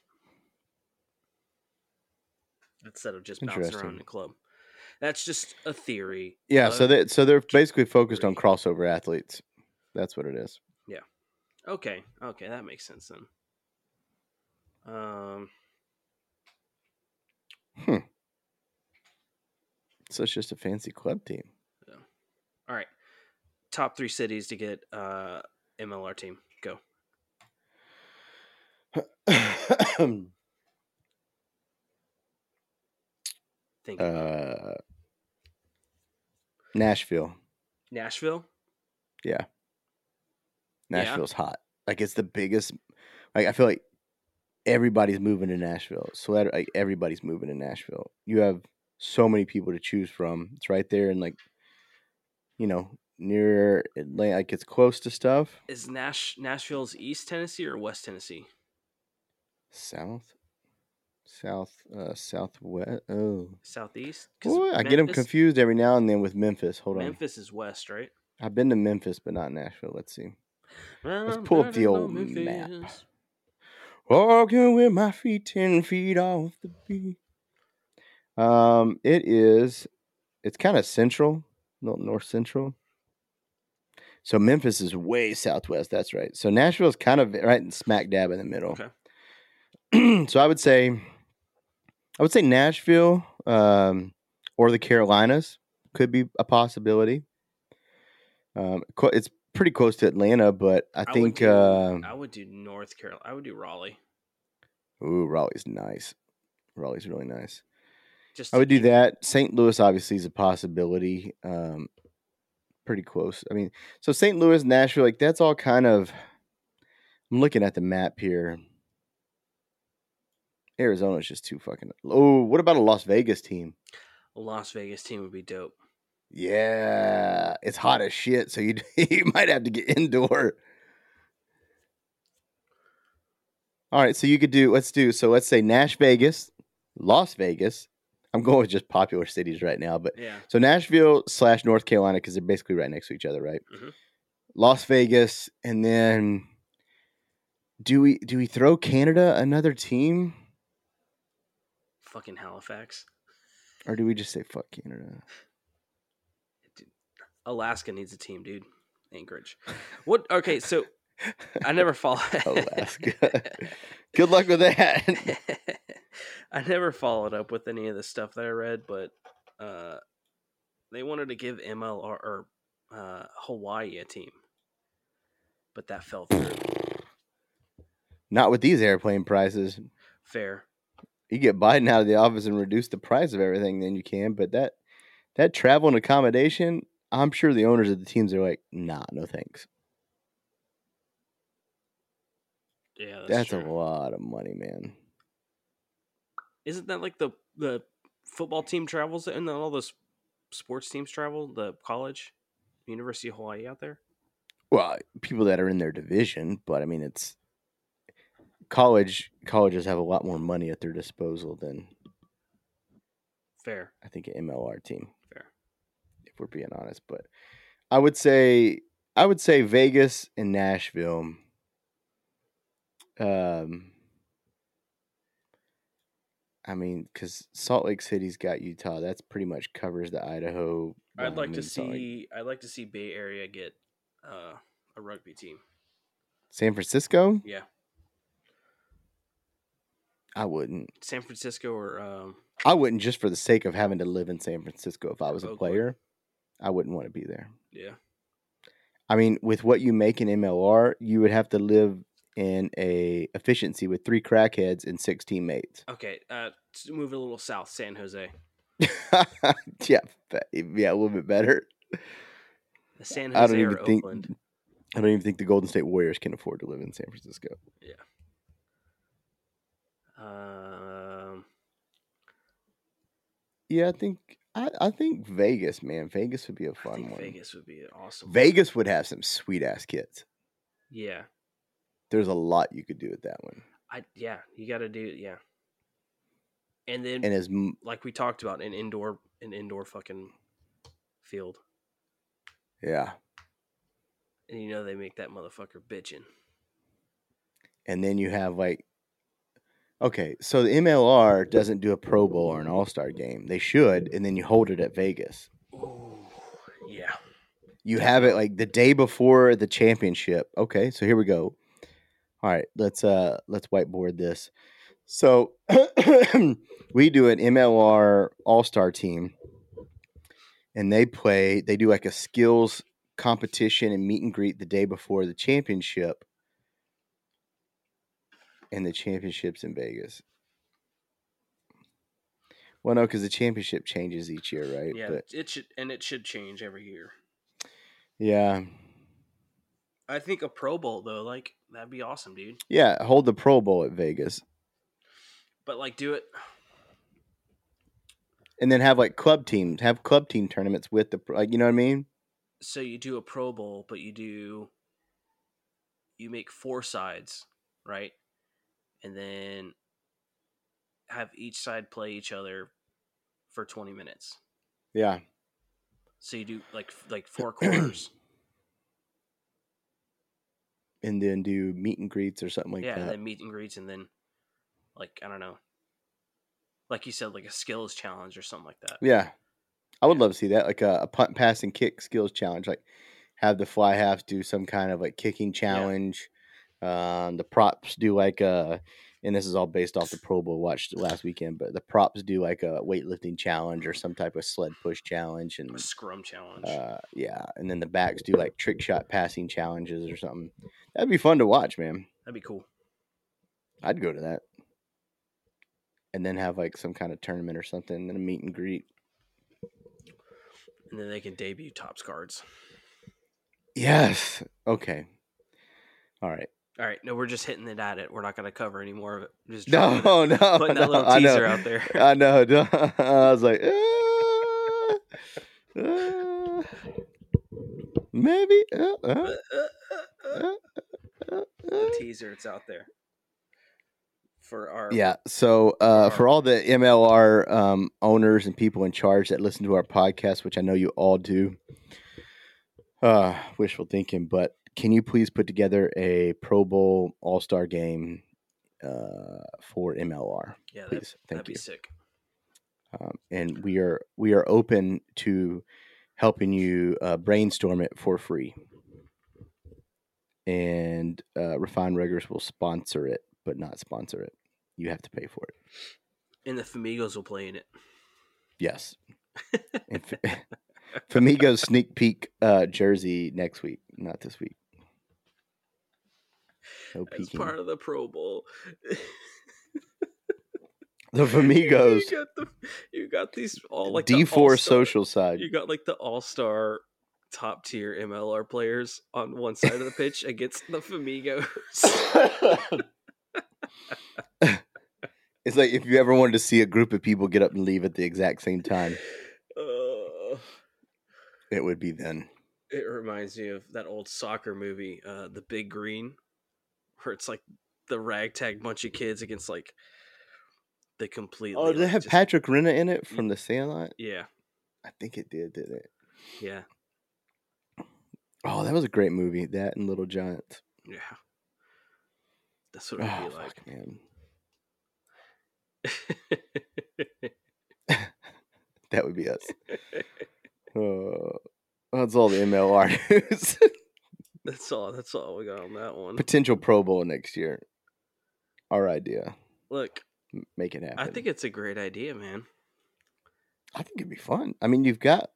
S3: instead of just bouncing around in
S2: Interesting.
S3: the club. That's just a theory.
S2: Yeah. So
S3: of-
S2: they so they're basically focused on crossover athletes. That's what it is.
S3: Okay, okay, that makes sense then. Um,
S2: So it's just a fancy club team.
S3: all right, top three cities to get uh MLR team. Go.
S2: uh,
S3: Think
S2: Uh,
S3: about it.
S2: Nashville.
S3: Nashville. Yeah.
S2: Nashville's hot. Like it's the biggest. Like I feel like everybody's moving to Nashville. So that- like everybody's moving to Nashville. You have so many people to choose from. It's right there and like, you know, near Atlanta. Like it's close to stuff.
S3: Is Nash Nashville's East Tennessee or West Tennessee?
S2: South, south, uh, southwest. Oh,
S3: Southeast. 'Cause
S2: Boy, I get them
S3: Memphis-
S2: confused every now and then with Memphis. Hold on,
S3: Memphis is west, right?
S2: I've been to Memphis, but not Nashville. Let's see. pull up the old map.
S3: Memphis.
S2: Walking with my feet ten feet off the beat. Um, it is. It's kind of central, not north central. So Memphis is way southwest. That's right. So Nashville's kind of right smack dab in the middle. so I would say, I would say Nashville um, or the Carolinas could be a possibility. Um, co- it's pretty close to Atlanta, but I,
S3: would
S2: think.
S3: do-
S2: uh,
S3: I would do North Carolina. I would do Raleigh.
S2: Ooh, Raleigh's nice. Raleigh's really nice.
S3: Just
S2: I would do that. St. Louis obviously is a possibility. Um, pretty close. I mean, so St. Louis, Nashville, like that's all kind of. I'm looking at the map here. Arizona's just too fucking. Oh, what about a Las Vegas team?
S3: a Las Vegas team would be dope.
S2: Yeah, it's hot as shit. So you you might have to get indoor. All right, so you could do let's do so let's say Nash Vegas, Las Vegas. I'm going with just popular cities right now, but
S3: Yeah.
S2: so Nashville slash North Carolina because they're basically right next to each other, right?
S3: Mhm.
S2: Las Vegas, and then do we do we throw Canada another team
S3: Fucking Halifax.
S2: or do we just say fuck Canada?
S3: Alaska needs a team, dude. Anchorage. What? Okay, so I never follow
S2: Alaska. Good luck with that.
S3: I never followed up with any of the stuff that I read, but uh, they wanted to give MLR or uh, Hawaii a team, but that fell through.
S2: Not with these airplane prices.
S3: Fair.
S2: You get Biden out of the office and reduce the price of everything, then you can. But that that travel and accommodation, I'm sure the owners of the teams are like, nah, no thanks.
S3: Yeah, that's,
S2: That's,
S3: true.
S2: a lot of money, man.
S3: Isn't that like the the football team travels and then all those sports teams travel the college, University of Hawaii out there?
S2: Well, people that are in their division, but I mean, it's college. Colleges have a lot more money at their disposal than
S3: Fair.
S2: I think an MLR team.
S3: Fair.
S2: if we're being honest. But I would say I would say Vegas and Nashville. Um, I mean, because Salt Lake City's got Utah. That's pretty much covers the Idaho.
S3: I'd like to
S2: Wyoming, Salt Lake-
S3: see. I'd like to see Bay Area get uh, a rugby team.
S2: San Francisco.
S3: Yeah,
S2: I wouldn't.
S3: San Francisco or um,
S2: I wouldn't just for the sake of having to live in San Francisco. If I was a
S3: Oakland.
S2: player, I wouldn't want to be there.
S3: yeah,
S2: I mean, with what you make in MLR, you would have to live in a efficiency with three crackheads and six teammates.
S3: okay. Uh, s- move a little south, San Jose.
S2: yeah, but- yeah, a little bit better.
S3: The San
S2: I don't
S3: Jose or
S2: even think-
S3: Oakland.
S2: I don't even think the Golden State Warriors can afford to live in San Francisco.
S3: Um,
S2: Yeah, I think I, I think Vegas, man, Vegas would be a
S3: I
S2: fun
S3: think
S2: one. Vegas.
S3: Vegas would be awesome.
S2: would have some sweet ass kids.
S3: Yeah,
S2: There's a lot you could do with that one,
S3: I yeah. You got to do yeah. And then
S2: and as m-
S3: Mm. like we talked about an indoor an indoor fucking field.
S2: Yeah.
S3: And you know they make that motherfucker bitching.
S2: And then you have like, okay, so the MLR doesn't do a Pro Bowl or an All Star game. They should, and then you hold it at Vegas.
S3: Ooh, yeah.
S2: You have it like the day before the championship. Okay, so here we go. All right, let's uh let's whiteboard this. So we do an MLR All Star team, and they play. They do like a skills competition and meet and greet the day before the championship, and the championships in Vegas. Well, no, because the championship changes each year, right?
S3: Yeah,
S2: But-
S3: it should and it should change every year.
S2: yeah,
S3: I think a Pro Bowl though, like that'd be awesome, dude.
S2: yeah. Hold the Pro Bowl at Vegas,
S3: But like, do it.
S2: and then have like club teams, have club team tournaments with the pro- like, you know what I mean?
S3: So you do a Pro Bowl, but you do you make four sides, right? And then have each side play each other for twenty minutes.
S2: Yeah,
S3: So you do like like four quarters.
S2: and then do meet and greets or something like
S3: yeah, and
S2: that.
S3: then meet and greets, and then like I don't know, like you said, like a skills challenge or something like that.
S2: Yeah, I would
S3: Yeah.
S2: love to see that, like a, a punt, pass, and kick skills challenge. Like have the fly halves do some kind of like kicking challenge. Um, the props do like a, and this is all based off the Pro Bowl watched last weekend. But the props do like a weightlifting challenge or some type of sled push challenge, and
S3: A scrum challenge.
S2: uh, yeah, and then the backs do like trick shot passing challenges or something. That'd be fun to watch, man.
S3: That'd be cool.
S2: I'd go to that. And then have like some kind of tournament or something, then a meet and greet.
S3: And then they can debut tops cards.
S2: Yes. Okay. All right.
S3: All right, no, we're just hitting it at it. We're not going to cover any more of it. We're Just
S2: No,
S3: dropping it.
S2: no, no.
S3: putting that little
S2: I know.
S3: teaser out there.
S2: I know. no, I was like, uh, uh, maybe. Uh, uh,
S3: Uh, uh, uh, uh.
S2: uh, uh, uh.
S3: the teaser, it's out there for our
S2: Yeah. So uh, for all the MLR um, owners and people in charge that listen to our podcast, which I know you all do, uh, wishful thinking, but can you please put together a Pro Bowl All Star game uh, for MLR?
S3: yeah. That,
S2: Please,
S3: that'd
S2: thank
S3: be
S2: you.
S3: sick.
S2: Um, and we are we are open to helping you uh, brainstorm it for free. And uh, Refine Ruggers will sponsor it, but not sponsor it. You have to pay for it.
S3: And the Famigos will play in it.
S2: Yes. and F- Famigo's sneak peek uh, jersey next week, not this week. No
S3: As
S2: peeking.
S3: part of the Pro Bowl.
S2: the Famigos
S3: you got the, you got these all like the
S2: D4
S3: all-star-
S2: social side.
S3: You got like the all star top tier MLR players on one side of the pitch against the Famigos.
S2: It's like if you ever wanted to see a group of people get up and leave at the exact same time,
S3: Uh,
S2: it would be then.
S3: it reminds me of that old soccer movie, uh, The Big Green, where it's like the ragtag bunch of kids against like the completely.
S2: Oh, did they
S3: like,
S2: have
S3: just- Mm.
S2: Patrick Renna in it from The Sandlot?
S3: Yeah,
S2: I think it did, didn't it?
S3: yeah,
S2: Oh, that was a great movie. That and Little Giants.
S3: yeah. That's what it
S2: Oh,
S3: would be
S2: fuck, man.
S3: like.
S2: That would be us. Uh, that's all the MLR news.
S3: that's all. That's all we got on that one.
S2: Potential Pro Bowl next year. Our idea.
S3: Look,
S2: M- Make it happen.
S3: I think it's a great idea, man.
S2: I think it'd be fun. I mean, you've got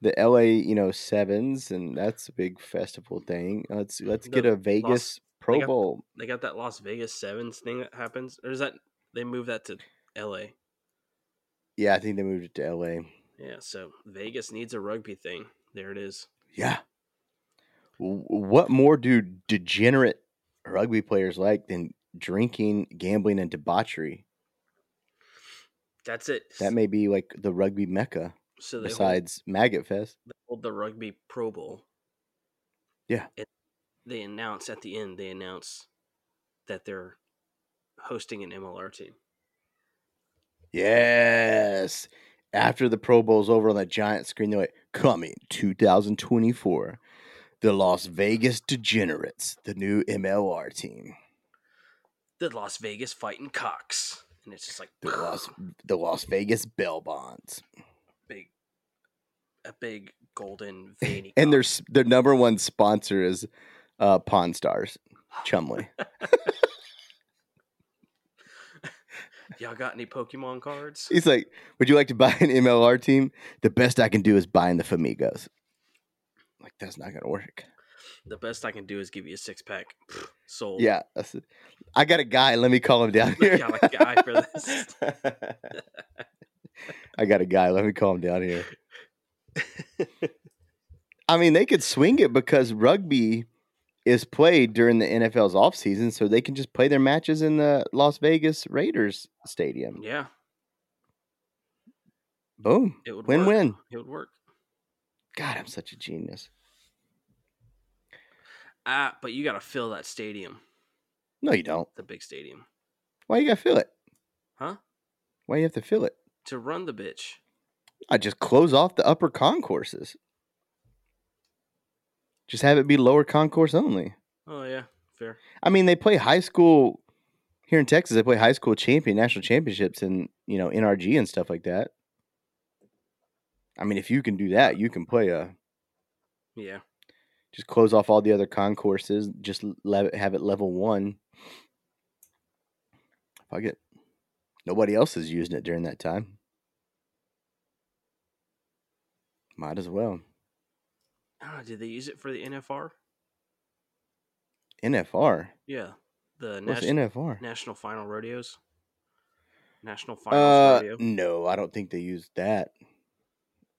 S2: the LA, you know, sevens, and that's a big festival thing. Let's let's get
S3: The
S2: a Vegas
S3: Las-
S2: Pro
S3: got-
S2: Bowl.
S3: They got that Las Vegas Sevens thing that happens, or is that they moved that to L.A.
S2: Yeah, I think they moved it to LA.
S3: Yeah, so Vegas needs a rugby thing. There it is.
S2: Yeah. W- What more do degenerate rugby players like than drinking, gambling, and debauchery?
S3: That's it.
S2: That may be like the rugby mecca
S3: so they hold-
S2: besides Maggot Fest.
S3: they hold the rugby Pro Bowl.
S2: Yeah.
S3: And they announce at the end, they announce that they're hosting an MLR team.
S2: Yes. after the Pro Bowl's over on that giant screen, they're like, coming 2024, the Las Vegas Degenerates, the new MLR team.
S3: The Las Vegas fighting Cox. And it's just like
S2: The Las, the Las Vegas Bell Bonds.
S3: big a big golden veiny
S2: And their,
S3: cock.
S2: s- their number one sponsor is uh, Pawn Stars, Chumley.
S3: y'all got any Pokemon cards?
S2: He's like, would you like to buy an MLR team? The best I can do is buying the Famigos. Like, that's not going to work.
S3: The best I can do is give you a six pack. Sold.
S2: Yeah. I said, I got a guy. Let me call him down
S3: I
S2: here.
S3: got a guy for this.
S2: I got a guy. Let me call him down here. I mean, they could swing it because rugby is played during the NFL's offseason, so they can just play their matches in the Las Vegas Raiders stadium.
S3: Yeah,
S2: Boom.
S3: it would
S2: Win
S3: work.
S2: win.
S3: It would work.
S2: God, I'm such a genius.
S3: Ah, but you got to fill that stadium,
S2: No, you don't.
S3: the big stadium,
S2: Why you gotta feel it?
S3: Huh?
S2: Why you have to feel it?
S3: to run the bitch.
S2: I just close off the upper concourses. Just have it be lower concourse only.
S3: Oh yeah, fair.
S2: I mean, they play high school here in Texas. They play high school champion national championships and you know NRG and stuff like that. I mean, if you can do that, you can play a
S3: Yeah,
S2: just close off all the other concourses. Just le- have it level one. Fuck it. Nobody else is using it during that time. Might as well.
S3: I don't know. Ah, Did they use it for the NFR?
S2: NFR.
S3: Yeah, the
S2: What's
S3: national
S2: NFR?
S3: national final rodeos. National
S2: Uh,
S3: finals rodeo.
S2: no, I don't think they used that.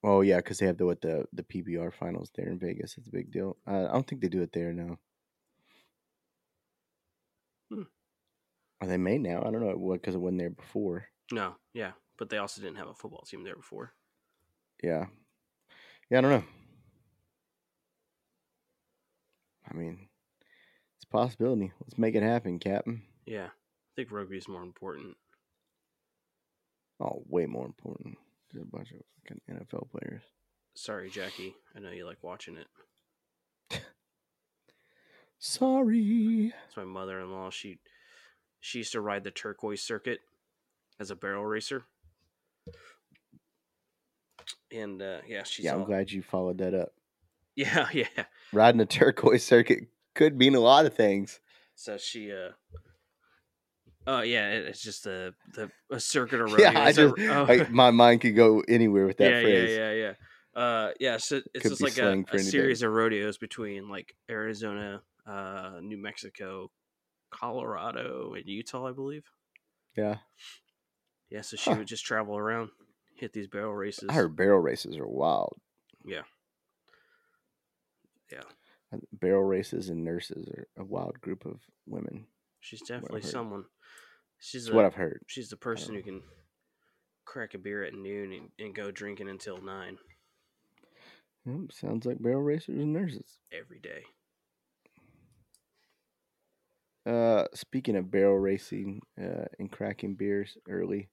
S2: Oh yeah, because they have the what the the PBR finals there in Vegas. It's a big deal. Uh, I don't think they do it there now.
S3: Hmm.
S2: Are they made now? I don't know because it wasn't there before.
S3: No, yeah, but they also didn't have a football team there before.
S2: Yeah, yeah, I don't know. I mean, it's a possibility. Let's make it happen, Captain.
S3: Yeah, I think rugby is more important.
S2: Oh, way more important. There's a bunch of fucking NFL players.
S3: Sorry, Jackie. I know you like watching it.
S2: Sorry.
S3: It's my mother-in-law. She she used to ride the turquoise circuit as a barrel racer. And uh, yeah, she's
S2: yeah, I'm
S3: all-
S2: glad you followed that up.
S3: yeah, yeah.
S2: riding a turquoise circuit could mean a lot of things.
S3: So she, uh, oh yeah, it- it's just a the a circuit around.
S2: yeah, I just like, my mind could go anywhere with that
S3: oh, yeah,
S2: phrase.
S3: yeah, yeah, yeah. Uh, yeah, so it's
S2: Could
S3: just
S2: be
S3: like a,
S2: slang for
S3: a
S2: anything.
S3: series of rodeos between like Arizona, uh, New Mexico, Colorado, and Utah, I believe.
S2: Yeah.
S3: Yeah, so she
S2: Huh.
S3: would just travel around, hit these barrel races.
S2: I heard barrel races are wild.
S3: Yeah. Yeah.
S2: Uh, Barrel races and nurses are a wild group of women.
S3: She's definitely
S2: heard.
S3: someone. She's
S2: That's
S3: the,
S2: what I've heard.
S3: she's the person who
S2: don't
S3: can crack a beer at noon and, and go drinking until nine
S2: Yep, sounds like barrel racers and nurses.
S3: every day.
S2: Uh, speaking of barrel racing uh, and cracking beers early,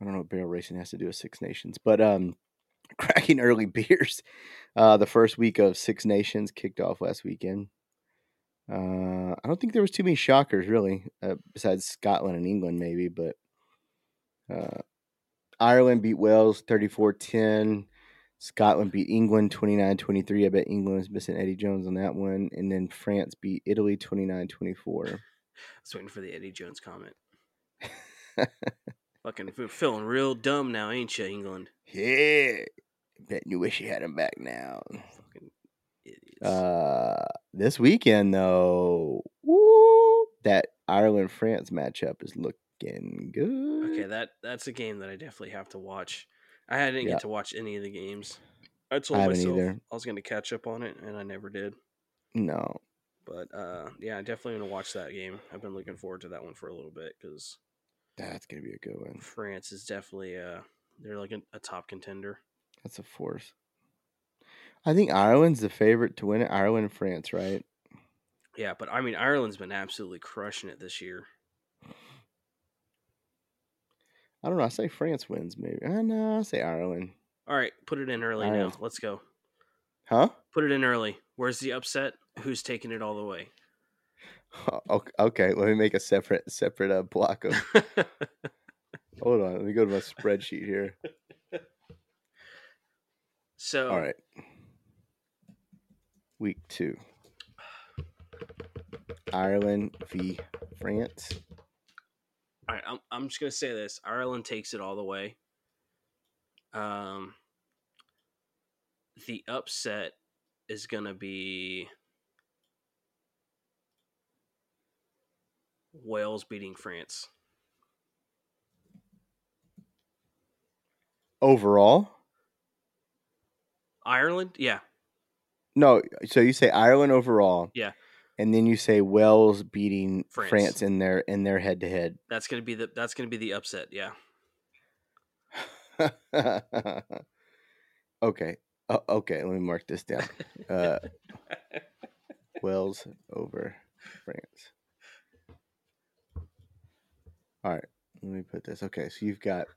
S2: I don't know what barrel racing has to do with Six Nations, but um, cracking early beers. Uh, the first week of Six Nations kicked off last weekend. Uh, I don't think there was too many shockers really, uh, besides Scotland and England maybe, but uh, Ireland beat Wales 34-10. Scotland beat England 29-23. I bet England was missing Eddie Jones on that one, and then France beat Italy 29-24.
S3: I was waiting for the Eddie Jones comment. Fucking fe- feeling real dumb now, ain't you, England?
S2: Yeah. Bet you wish you had him back now.
S3: Fucking idiots.
S2: Uh, this weekend though, woo, that Ireland France matchup is looking good.
S3: okay, that that's a game that I definitely have to watch. I didn't
S2: Yeah.
S3: get to watch any of the games. I told
S2: haven't
S3: myself
S2: either.
S3: I was going to catch up on it, and I never did.
S2: No,
S3: But uh, yeah, I definitely want to watch that game. I've been looking forward to that one for a little bit because
S2: that's gonna be a good one.
S3: France is definitely uh, they're like a, a top contender.
S2: That's a force. I think Ireland's the favorite to win it. Ireland and France, right?
S3: Yeah, but I mean Ireland's been absolutely crushing it this year.
S2: I I don't know. I say France wins, maybe. I know. I say Ireland.
S3: All right, put it in early
S2: All right.
S3: now. Let's go.
S2: Huh?
S3: Put it in early. Where's the upset? Who's taking it all the way?
S2: Okay, okay, let me make a separate separate uh, block of. Hold on, let me go to my spreadsheet here.
S3: so,
S2: All right, week two, Ireland v France.
S3: all right, I'm, I'm just gonna say this: Ireland takes it all the way. Um, the upset is gonna be Wales beating France.
S2: Overall,
S3: Ireland, yeah,
S2: no. So you say Ireland overall,
S3: Yeah.
S2: and then you say Wales beating
S3: France.
S2: France, in their in their head to head.
S3: that's gonna be the that's gonna be the upset. Yeah,
S2: okay. Uh, okay, let me mark this down. Uh, Wales over France. All right, let me put this. Okay, so you've got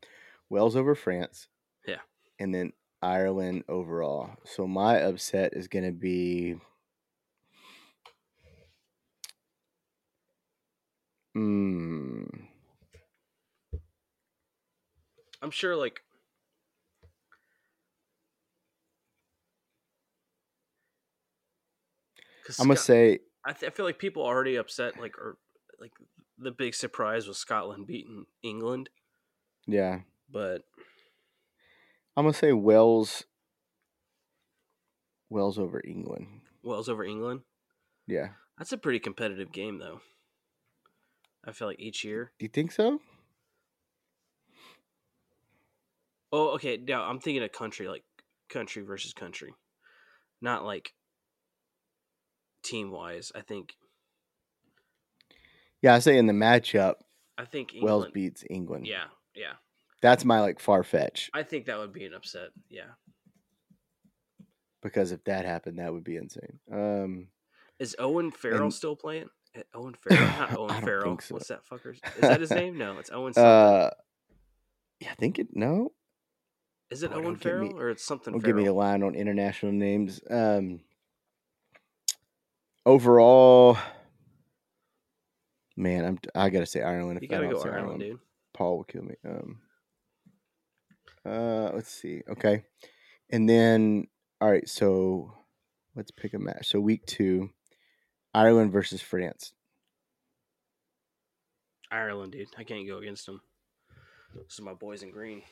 S2: Wales over France.
S3: Yeah.
S2: And then Ireland overall. So my upset is going to be. Mm,
S3: I'm sure. Like,
S2: I'm going to say
S3: I, th- I feel like people already upset like or like the big surprise was Scotland beating England,
S2: yeah.
S3: but
S2: I'm gonna say Wales. Wales over England.
S3: Wales over England.
S2: Yeah.
S3: That's a pretty competitive game though. I feel like each year.
S2: Do you think so?
S3: Oh, okay. Now I'm thinking of country like country versus country, not like team wise. I think
S2: Yeah, I say in the matchup,
S3: I think England.
S2: Wales beats England.
S3: Yeah, yeah.
S2: That's my like far fetch
S3: I think that would be an upset. Yeah.
S2: because if that happened, that would be insane. Um,
S3: Is Owen Farrell
S2: And-
S3: still playing? Eh, Owen Farrell, not
S2: I
S3: Owen
S2: don't
S3: Farrell.
S2: think so.
S3: What's that fucker's? Is that his name? No, it's Owen. something.
S2: uh, yeah, I think it. No,
S3: Is it
S2: Oh,
S3: Owen
S2: don't give me-
S3: Farrell or it's something?
S2: don't give me the
S3: Farrell?
S2: line on international names. Um, overall, man, I'm. I gotta say Ireland. If
S3: you
S2: I
S3: gotta
S2: don't
S3: go
S2: say
S3: Ireland, dude.
S2: Paul will kill me. Um, uh, let's see. Okay, and then all right. So let's pick a match. So week two, Ireland versus France.
S3: Ireland, dude. I can't go against them. This is my boys in green.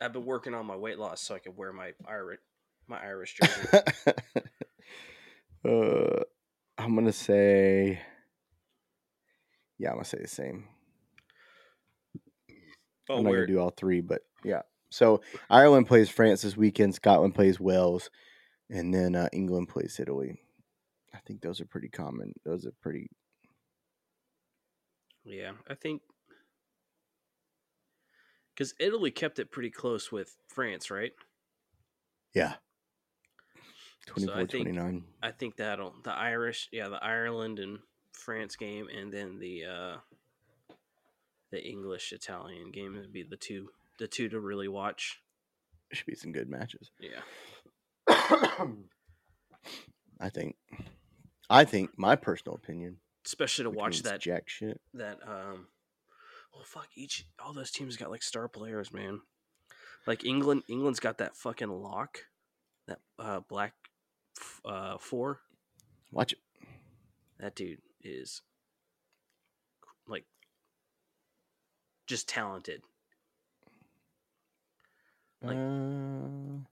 S3: I've been working on my weight loss so I can wear my Irish, my Irish jersey.
S2: uh, I'm gonna say, yeah, I'm gonna say the same.
S3: I'll
S2: I'm not
S3: wear
S2: gonna
S3: it.
S2: do all three, but yeah. So Ireland plays France this weekend. Scotland plays Wales, and then uh, England plays Italy. I think those are pretty common. Those are pretty
S3: Yeah, I think because Italy kept it pretty close with France, right?
S2: Yeah.
S3: So I
S2: 24
S3: think-
S2: 29.
S3: I think that'll the Irish, yeah, the Ireland and France game, and then the uh, the English Italian game would be the two the two to really watch.
S2: Should be some good matches.
S3: Yeah,
S2: I think. I think my personal opinion.
S3: especially to
S2: which
S3: watch
S2: means
S3: that
S2: jack shit.
S3: that um. Well, fuck each all those teams got like star players, man. Like England, England's got that fucking lock, that uh, black f- uh, four.
S2: Watch it.
S3: That dude is like just talented Like-
S2: Uh,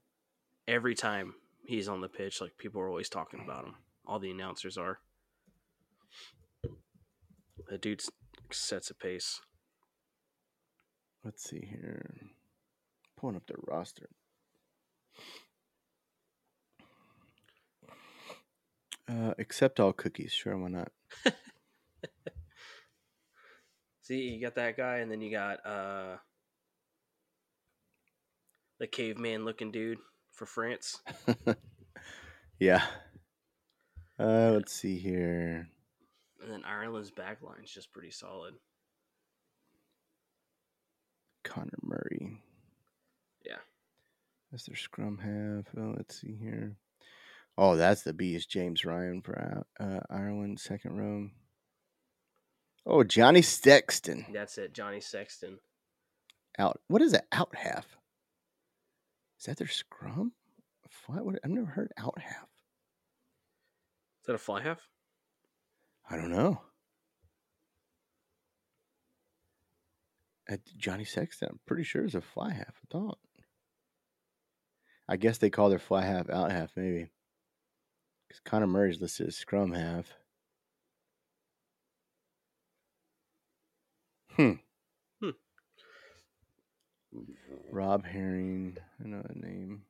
S3: every time he's on the pitch. Like people are always talking about him. All the announcers are. The dude sets a pace.
S2: let's see here. Pulling up their roster. Uh, accept all cookies. Sure, why not?
S3: See, you got that guy, and then you got uh the caveman looking dude for France.
S2: yeah. Uh, let's see here.
S3: And then Ireland's back line's just pretty solid.
S2: Connor Murray.
S3: Yeah.
S2: That's their scrum half. Oh, let's see here. Oh, that's the beast. James Ryan for I- uh, Ireland, second row. Oh, Johnny Sexton
S3: That's it, Johnny Sexton.
S2: out. What is an out half? Is that their scrum? Fly, what, I've never heard out half.
S3: Is that a fly half?
S2: I don't know. At Johnny Sexton, I'm pretty sure is a fly half. I thought. I guess they call their fly half out half, maybe. Because Connor Murray's listed as scrum half. Hmm.
S3: Hmm.
S2: Rob Herring, another name.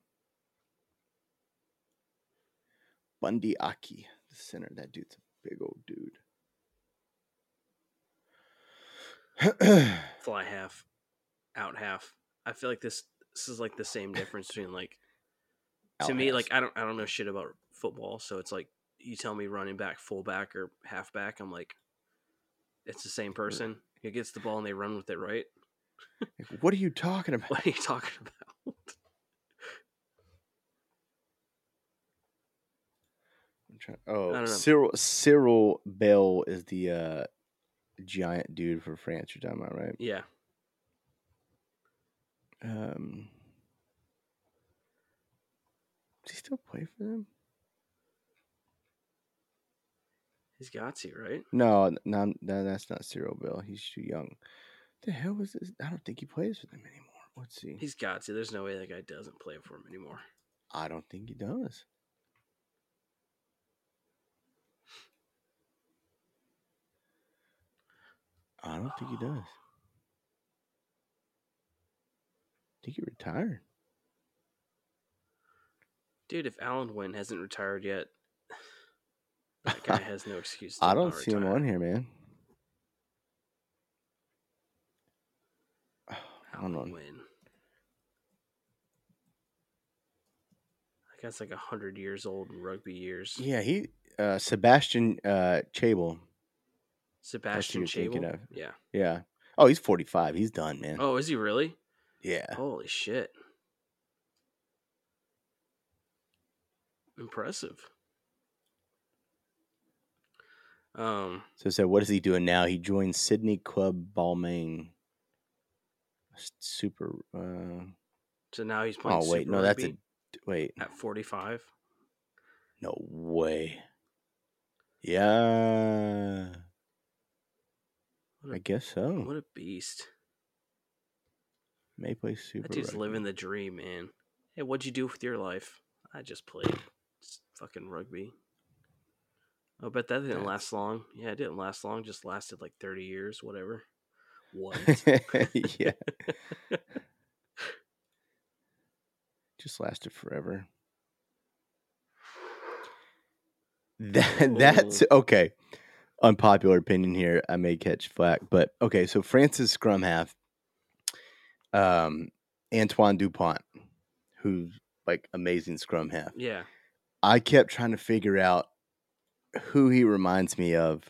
S2: Bundy Aki, the center. That dude's a big old dude.
S3: Fly half, out half. I feel like this this is like the same difference between like to me
S2: Outhouse.
S3: like I don't I don't know shit about football, so it's like you tell me running back, fullback, or halfback, I'm like, it's the same person. He gets the ball and they run with it, right?
S2: Like, what are you talking about?
S3: What are you talking about?
S2: I'm trying- oh,
S3: don't know.
S2: Cyril Cyril Bell is the uh, giant dude for France. You're talking about right?
S3: yeah,
S2: Um, does he still play for them?
S3: he's got you right.
S2: No, n- no, I'm- no, that's not Cyril Bell. He's too young. The hell was this? I don't think he plays for them anymore. Let's see.
S3: He's got to. There's no way that guy doesn't play for him anymore.
S2: I don't think he does. I don't think he does. I think he retired.
S3: Dude, if Alan Wynn hasn't retired yet, that guy has no excuse. To
S2: I
S3: not
S2: don't see him
S3: retire.
S2: on here, man. Hold
S3: Alan
S2: on.
S3: Wynn. That guy's like hundred years old in rugby years.
S2: Yeah, he uh Sebastian uh Chable.
S3: Sebastian
S2: you're thinking
S3: Chable.
S2: of.
S3: Yeah.
S2: Yeah. Oh, he's 45. He's done, man.
S3: Oh, is he really?
S2: Yeah.
S3: Holy shit. Impressive. Um,
S2: So, so what is he doing now? He joined Sydney Club Balmain. S- Super. Uh,
S3: so now he's playing.
S2: oh wait,
S3: Super
S2: no, that's a
S3: Rugby
S2: wait.
S3: at forty five.
S2: No way. Yeah,
S3: What a-
S2: I guess so.
S3: What a beast.
S2: May play Super.
S3: That dude's
S2: Rugby.
S3: living the dream, man. Hey, what'd you do with your life? I just played s- fucking rugby. I bet that didn't
S2: That's-
S3: last long. Yeah, it didn't last long. Just lasted like 30 years, whatever. What?
S2: yeah. Just lasted forever. That, that's okay. Unpopular opinion here. I may catch flack, but okay. So France's scrum half, um, Antoine Dupont, who's like amazing scrum half.
S3: yeah.
S2: I kept trying to figure out who he reminds me of,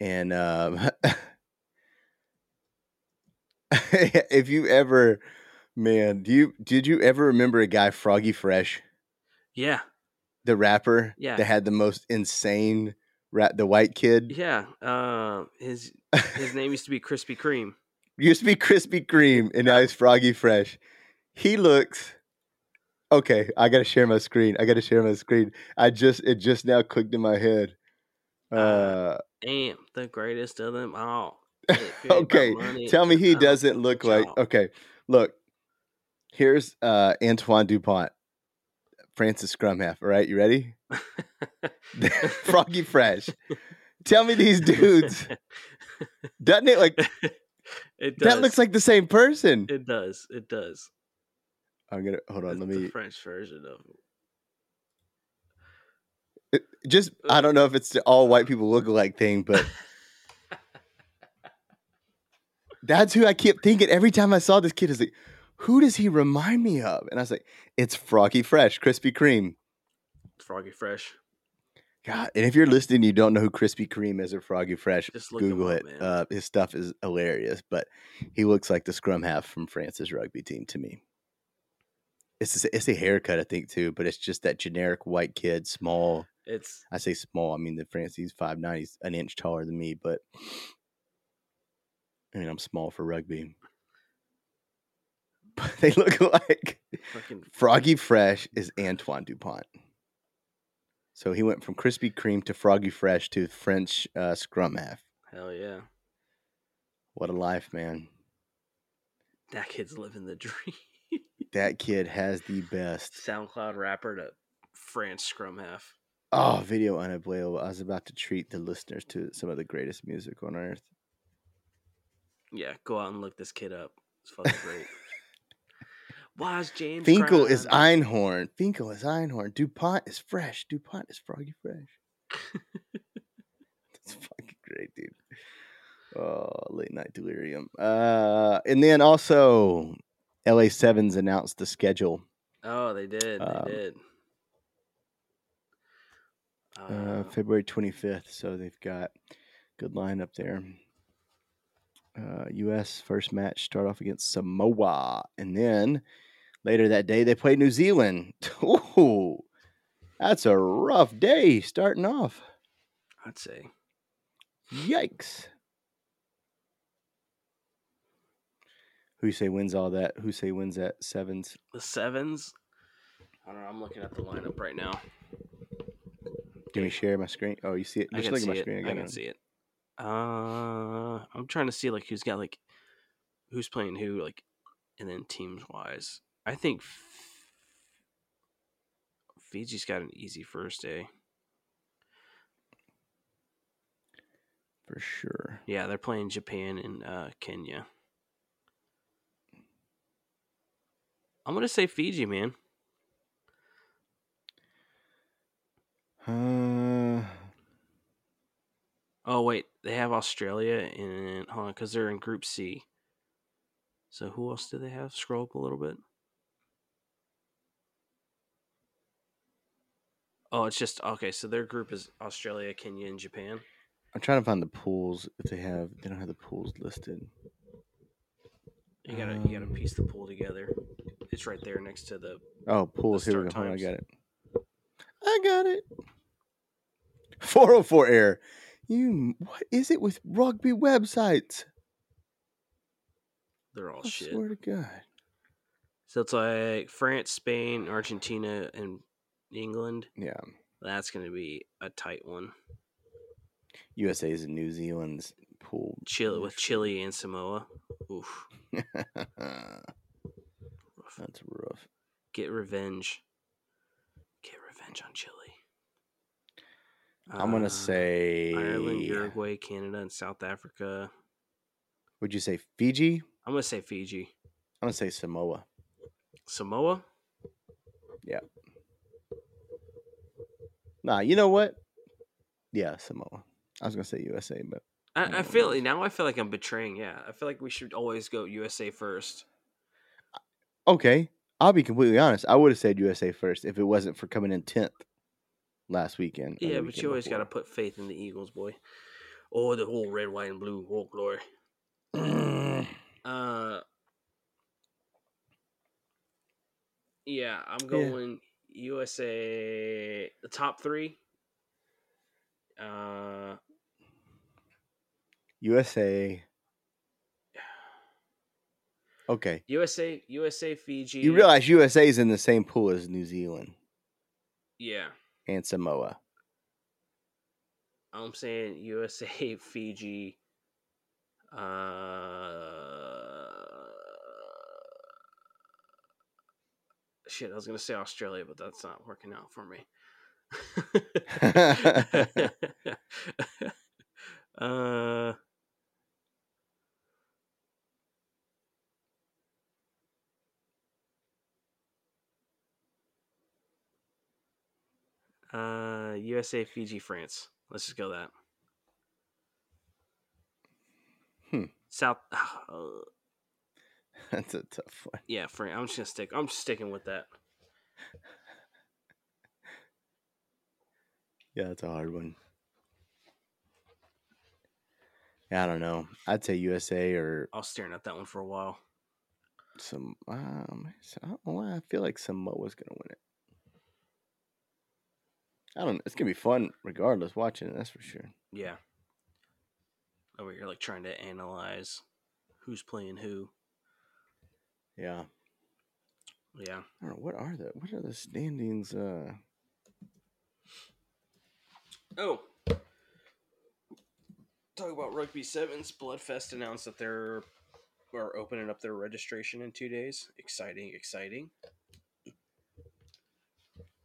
S2: and um, if you ever, man, do you did you ever remember a guy Froggy Fresh,
S3: Yeah.
S2: the rapper
S3: Yeah.
S2: that had the most insane rap, the white kid
S3: Yeah. Uh, his his name used to be Krispy Kreme.
S2: used to be Krispy Kreme, and now he's Froggy Fresh. He looks. Okay, I gotta share my screen. I gotta share my screen. I just it just now clicked in my head.
S3: Uh,
S2: Uh,
S3: Am the greatest of them all. It paid my
S2: okay,
S3: money
S2: tell me
S3: and
S2: he
S3: I'm-
S2: doesn't look like.
S3: job.
S2: Okay, look, here's uh, Antoine Dupont, Francis Scrum half. All right, you ready? Froggy Fresh. Tell me these dudes doesn't it like
S3: it does.
S2: that looks like the same person?
S3: it does. It does.
S2: I'm gonna hold on.
S3: It's
S2: Let
S3: the
S2: me
S3: French version of
S2: just.
S3: uh,
S2: I don't know if it's the all white people look alike thing, but that's who I kept thinking every time I saw this kid. Is like, who does he remind me of? And I was like, it's Froggy Fresh, Krispy Kreme.
S3: Froggy Fresh.
S2: God, and if you're listening, you don't know who Krispy Kreme is or Froggy Fresh.
S3: Just look him
S2: Google
S3: up,
S2: it.
S3: man.
S2: Uh, his stuff is hilarious, but he looks like the scrum half from France's rugby team to me. It's a, it's a haircut, I think, too, but it's just that generic white kid, small.
S3: It's
S2: I say small. I mean, the France, he's five nine. He's an inch taller than me, but I mean, I'm small for rugby. But they look alike.
S3: fucking
S2: Froggy Fresh is Antoine Dupont. So he went from Krispy Kreme to Froggy Fresh to French uh, scrum half.
S3: hell yeah.
S2: What a life, man!
S3: That kid's living the dream.
S2: That kid has the best.
S3: SoundCloud rapper to France scrum half.
S2: Oh, video unavailable. I was about to treat the listeners to some of the greatest music on earth.
S3: Yeah, go out and look this kid up. It's fucking great. Why is James
S2: Finkel is
S3: Brown?
S2: Einhorn. Finkel is Einhorn. Dupont is fresh. Dupont is froggy fresh. That's fucking great, dude. Oh, late night delirium. Uh, and then also, LA Sevens announced the schedule
S3: Oh, they did. They
S2: Um,
S3: did. Uh,
S2: uh, February 25th. So they've got good lineup there. Uh, U.S. first match start off against Samoa, and then later that day they play New Zealand. Ooh, that's a rough day starting off.
S3: I'd say.
S2: Yikes! Who you say wins all that? Who say wins that sevens?
S3: The sevens. I don't know. I'm looking at the lineup right now.
S2: Can we share my screen? Oh, you see it?
S3: I
S2: Just
S3: can
S2: look at
S3: see
S2: my
S3: it.
S2: screen
S3: I
S2: again.
S3: can see it. Uh, I'm trying to see like who's got like who's playing who like, and then teams wise. I think F- Fiji's got an easy first day.
S2: for sure.
S3: Yeah, they're playing Japan and uh, Kenya. I'm gonna say Fiji, man.
S2: Uh,
S3: Oh wait, they have Australia and hold on, because they're in Group C. So who else do they have? Scroll up a little bit. Oh, it's just okay. So their group is Australia, Kenya, and Japan.
S2: I'm trying to find the pools if they have. They don't have the pools listed.
S3: You gotta you gotta
S2: Um,
S3: piece the pool together. It's right there next to the.
S2: Oh, pools. Here we go. Hold
S3: start
S2: on, I
S3: times.
S2: got it. I got it. 404 error. You. What is it with rugby websites?
S3: They're all
S2: I
S3: shit.
S2: swear to God.
S3: So it's like France, Spain, Argentina, and England.
S2: Yeah.
S3: That's gonna be a tight one.
S2: USA's and New Zealand's pool.
S3: Chile with Chile and Samoa. Oof.
S2: That's
S3: Rough.
S2: rough.
S3: get revenge. Get revenge on Chile.
S2: I'm gonna
S3: Uh,
S2: say.
S3: Ireland, Uruguay, Canada, and South Africa.
S2: Would you say Fiji?
S3: I'm gonna say Fiji,
S2: I'm gonna say Samoa.
S3: Samoa.
S2: Nah, you know what? Yeah, Samoa. I was gonna say USA, but
S3: I, I
S2: Samoa
S3: feel
S2: is-
S3: now. I feel like I'm betraying. Yeah, I feel like we should always go USA first.
S2: okay. I'll be completely honest. I would have said USA first if it wasn't for coming in tenth last weekend. or the
S3: Yeah, but
S2: weekend
S3: you always got to
S2: before.
S3: put faith in the Eagles, boy. Oh, the whole red, white, and blue, whole glory. Uh, yeah, I'm going USA. The top three. Uh,
S2: USA. Okay,
S3: USA, USA, Fiji.
S2: you realize USA is in the same pool as New Zealand
S3: Yeah,
S2: and Samoa.
S3: I'm saying USA, Fiji. Uh, shit, I was gonna say Australia, but that's not working out for me. uh, uh, USA, Fiji, France. Let's just go that.
S2: Hmm.
S3: South. uh,
S2: That's a tough one.
S3: yeah, France. I'm just gonna stick. I'm sticking with that.
S2: Yeah, that's a hard one. Yeah, I don't know. I'd say USA or
S3: I was staring at that one for a while.
S2: some. Um, so- I don't know why I feel like Samoa's gonna win it. I don't. know. It's gonna be fun regardless. Watching it, that's for sure.
S3: Yeah. Over here, like trying to analyze who's playing who.
S2: Yeah.
S3: Yeah.
S2: I don't know. What are the What are the standings? Uh,
S3: Oh. Talk about Rugby Sevens. Bloodfest announced that they're are opening up their registration in two days. Exciting, exciting.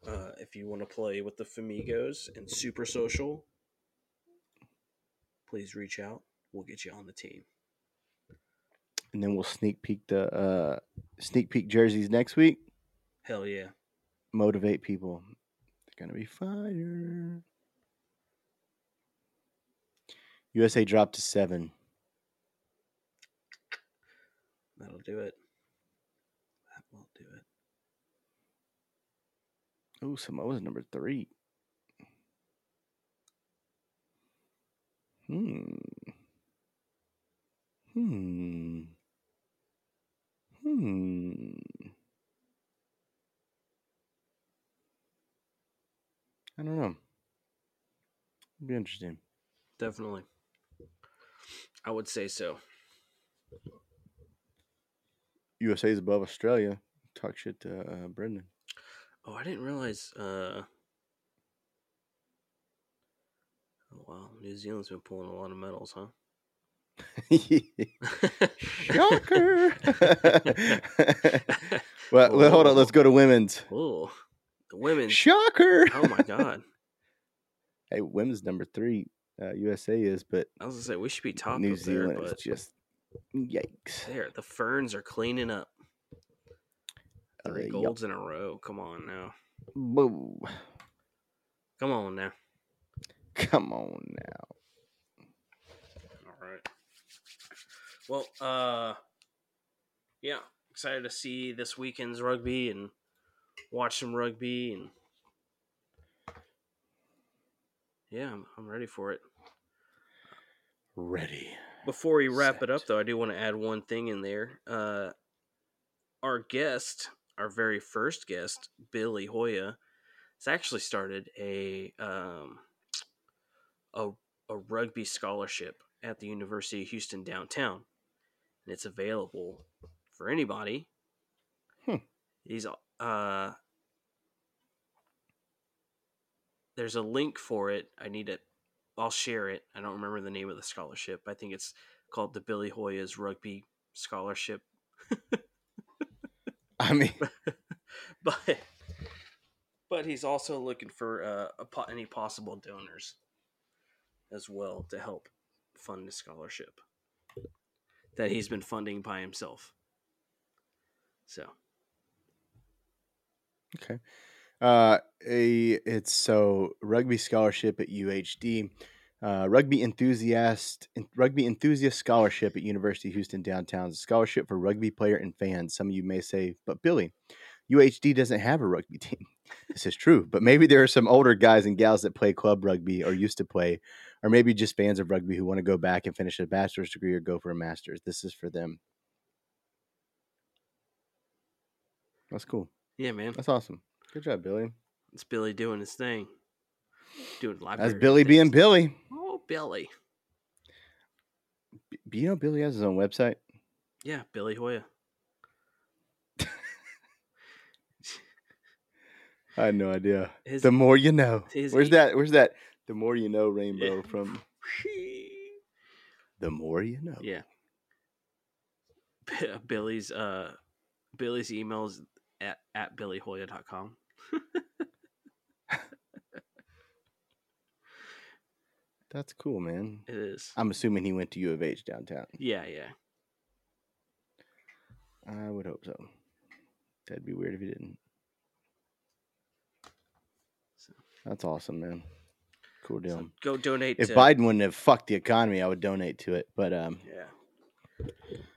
S3: Uh, if you want to play with the Famigos and Super Social, please reach out. We'll get you on the team.
S2: and then we'll sneak peek the uh, sneak peek jerseys next week.
S3: Hell yeah.
S2: Motivate people. They're gonna be fire. USA dropped to seven.
S3: That'll do it. That will do it.
S2: Oh, Samoa's number three. Hmm. Hmm. Hmm. I don't know. It'd be interesting.
S3: Definitely. I would say so.
S2: USA's above Australia. Talk shit to uh, Brendan.
S3: Oh, I didn't realize. Uh... Oh, wow. New Zealand's been pulling a lot of medals, huh?
S2: Shocker. well, well, hold on. Let's go to women's.
S3: Whoa. The women.
S2: Shocker.
S3: Oh, my God.
S2: Hey, women's number three, uh, USA is, but
S3: I was going to say, we should be top
S2: New
S3: up
S2: Zealand
S3: there,
S2: is
S3: but
S2: just yikes.
S3: there, the Ferns are cleaning up.
S2: Uh,
S3: Three
S2: yup.
S3: golds in a row. Come on now.
S2: Whoa.
S3: Come on now.
S2: Come on now.
S3: All right. Well, uh, yeah, excited to see this weekend's rugby and watch some rugby and yeah, I'm, I'm ready for it.
S2: Ready.
S3: Before we wrap it up,
S2: Set.
S3: though, I do want to add one thing in there. Uh, our guest, our very first guest, Billy Hoya, has actually started a um, a a rugby scholarship at the University of Houston downtown, and it's available for anybody.
S2: Hmm.
S3: He's uh, there's a link for it. I need it. I'll share it. I don't remember the name of the scholarship. I think it's called the Billy Hoya's Rugby Scholarship
S2: I mean,
S3: but but he's also looking for uh, a po- any possible donors as well to help fund the scholarship that he's been funding by himself. So
S2: okay. Uh, a, it's so rugby scholarship at UHD, uh, rugby enthusiast, en- rugby enthusiast scholarship at University of Houston downtown. is a scholarship for rugby player and fans. Some of you may say, but Billy, UHD doesn't have a rugby team. This is true, but maybe there are some older guys and gals that play club rugby or used to play, or maybe just fans of rugby who want to go back and finish a bachelor's degree or go for a master's. This is for them. That's cool.
S3: yeah, man,
S2: That's awesome. Good job, Billy.
S3: it's Billy doing his thing, doing library.
S2: That's Billy being
S3: things.
S2: Billy.
S3: Oh, Billy.
S2: B- you know Billy has his own website?
S3: Yeah, Billy Hoya.
S2: I had no idea.
S3: His-
S2: the more you know.
S3: his
S2: Where's
S3: e-
S2: that? Where's that? The more you know, rainbow from the more you know.
S3: yeah. Billy's uh Billy's emails at at billyhoya.com.
S2: That's cool, man.
S3: It is.
S2: I'm assuming he went to U of H downtown.
S3: Yeah, yeah.
S2: I would hope so. That'd be weird if he didn't.
S3: So-
S2: That's awesome, man. Cool deal.
S3: So go donate
S2: if
S3: to
S2: Biden wouldn't have fucked the economy, I would donate to it. But um,
S3: Yeah.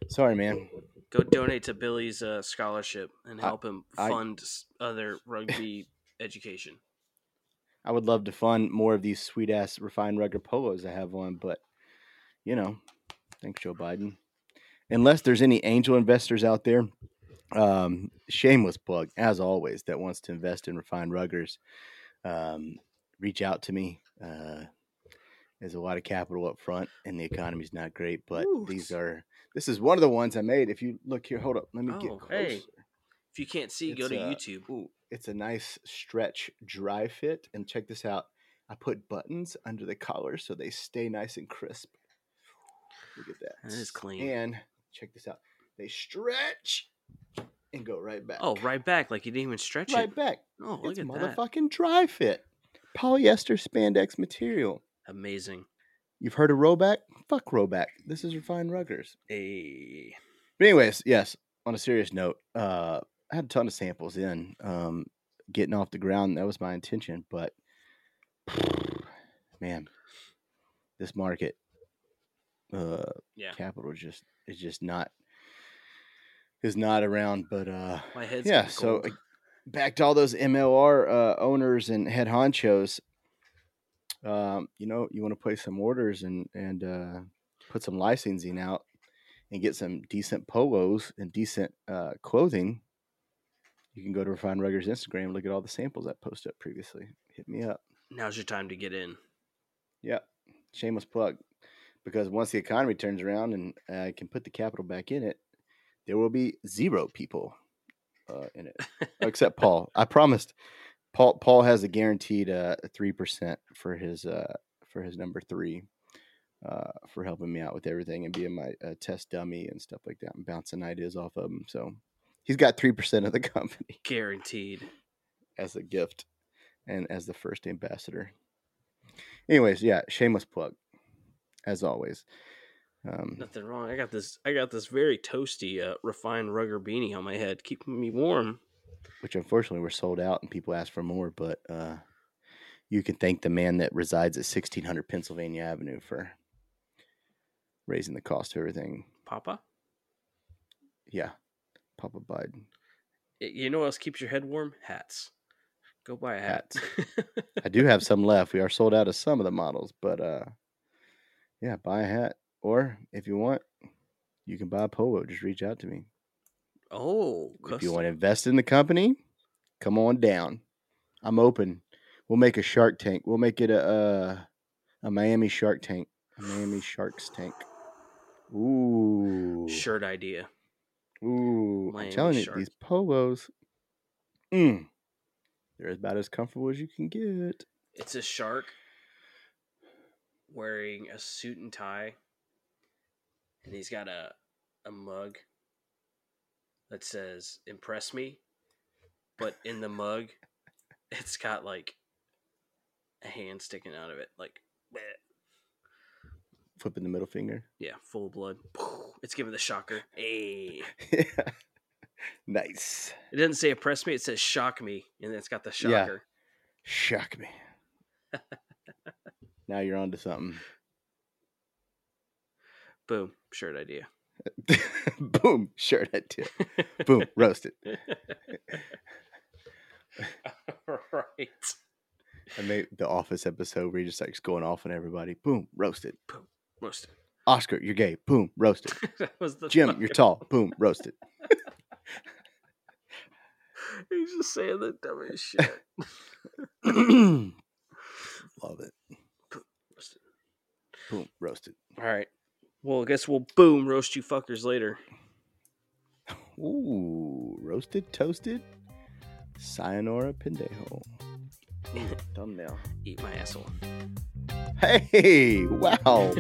S2: sorry, man.
S3: Go donate to Billy's uh, scholarship and
S2: I-
S3: help him
S2: I-
S3: fund s other rugby education.
S2: I would love to fund more of these sweet ass refined rugger polos I have on, but you know, thanks Joe Biden. Unless there's any angel investors out there, um, shameless plug as always that wants to invest in refined ruggers, um, reach out to me. Uh, there's a lot of capital up front, and the economy's not great, but
S3: Ooh.
S2: these are this is one of the ones I made. If you look here, hold up, let me
S3: Oh,
S2: get closer.
S3: hey. If you can't see, go
S2: It's,
S3: to
S2: uh,
S3: YouTube.
S2: Ooh, it's a nice stretch dry fit. And check this out. I put buttons under the collar so they stay nice and crisp. Look at that.
S3: That is clean.
S2: And check this out. They stretch and go right back.
S3: Oh, right back, like you didn't even stretch
S2: Right
S3: it.
S2: back.
S3: Oh, look
S2: it's
S3: at that.
S2: motherfucking dry fit. Polyester spandex material.
S3: Amazing.
S2: You've heard of Roback? Fuck Roback. This is refined ruggers.
S3: A
S2: But anyways, yes. On a serious note, uh, I had a ton of samples in um, getting off the ground. That was my intention, but man, this market, uh,
S3: yeah.
S2: capital just is just not is not around. But uh,
S3: My head's
S2: yeah,
S3: getting
S2: so
S3: cold.
S2: uh, back to all those MLR uh, owners and head honchos. Um, you know, you want to place some orders and and uh, put some licensing out and get some decent polos and decent uh, clothing. You can go to Refine Ruggers Instagram, look at all the samples I posted up previously. Hit me up.
S3: now's your time to get in.
S2: Yep. Shameless plug. Because once the economy turns around and I can put the capital back in it, there will be zero people uh, in it, except Paul. I promised. Paul Paul has a guaranteed three percent for his uh, for his number three uh, for helping me out with everything and being my uh, test dummy and stuff like that and bouncing ideas off of him. So he's got three percent of the company
S3: Guaranteed.
S2: as a gift and as the first ambassador. Anyways, yeah, shameless plug, as always. Um,
S3: Nothing wrong. I got this. I got this very toasty, uh, refined rugger beanie on my head, keeping me warm.
S2: which unfortunately were sold out and people asked for more, but uh, you can thank the man that resides at 1600 Pennsylvania Avenue for raising the cost of everything.
S3: Papa,
S2: Yeah, Papa Biden.
S3: Y- you know what else keeps your head warm? Hats. Go buy a hat.
S2: I do have some left. We are sold out of some of the models, but uh, yeah, buy a hat. Or if you want, you can buy a polo. Just reach out to me.
S3: oh,
S2: If you
S3: custom.
S2: want to invest in the company, come on down. I'm open. We'll make a Shark Tank. We'll make it a a, a Miami Shark Tank. A Miami Sharks Tank. Ooh.
S3: shirt idea.
S2: Ooh. I'm
S3: Miami
S2: telling you,
S3: Shark.
S2: these polos. Mm, they're about as comfortable as you can get.
S3: It's a shark wearing a suit and tie, and he's got a a mug that says "Impress me," but in the mug, it's got like a hand sticking out of it, like bleh.
S2: Flipping the middle finger.
S3: yeah, full of blood. It's giving the shocker. Hey,
S2: nice.
S3: it doesn't say "Impress me," it says "Shock me," and then it's got the
S2: Yeah.
S3: shocker.
S2: Shock me. now you're onto something.
S3: Boom, shirt idea.
S2: Boom. Sure, that too. Boom. Roasted.
S3: right.
S2: I made the Office episode where he just likes going off on everybody. Boom, roasted.
S3: Most
S2: Oscar, you're gay. Boom, roasted.
S3: that was the
S2: Jim, you're
S3: fucking-
S2: tall. Boom, roasted.
S3: He's just saying the dumbest shit.
S2: Love it.
S3: Roasted.
S2: Boom, roasted.
S3: All right. Well, I guess we'll boom roast you fuckers later.
S2: Ooh, roasted, toasted. Sayonara pendejo. Ooh, thumbnail.
S3: Eat my asshole.
S2: Hey, wow.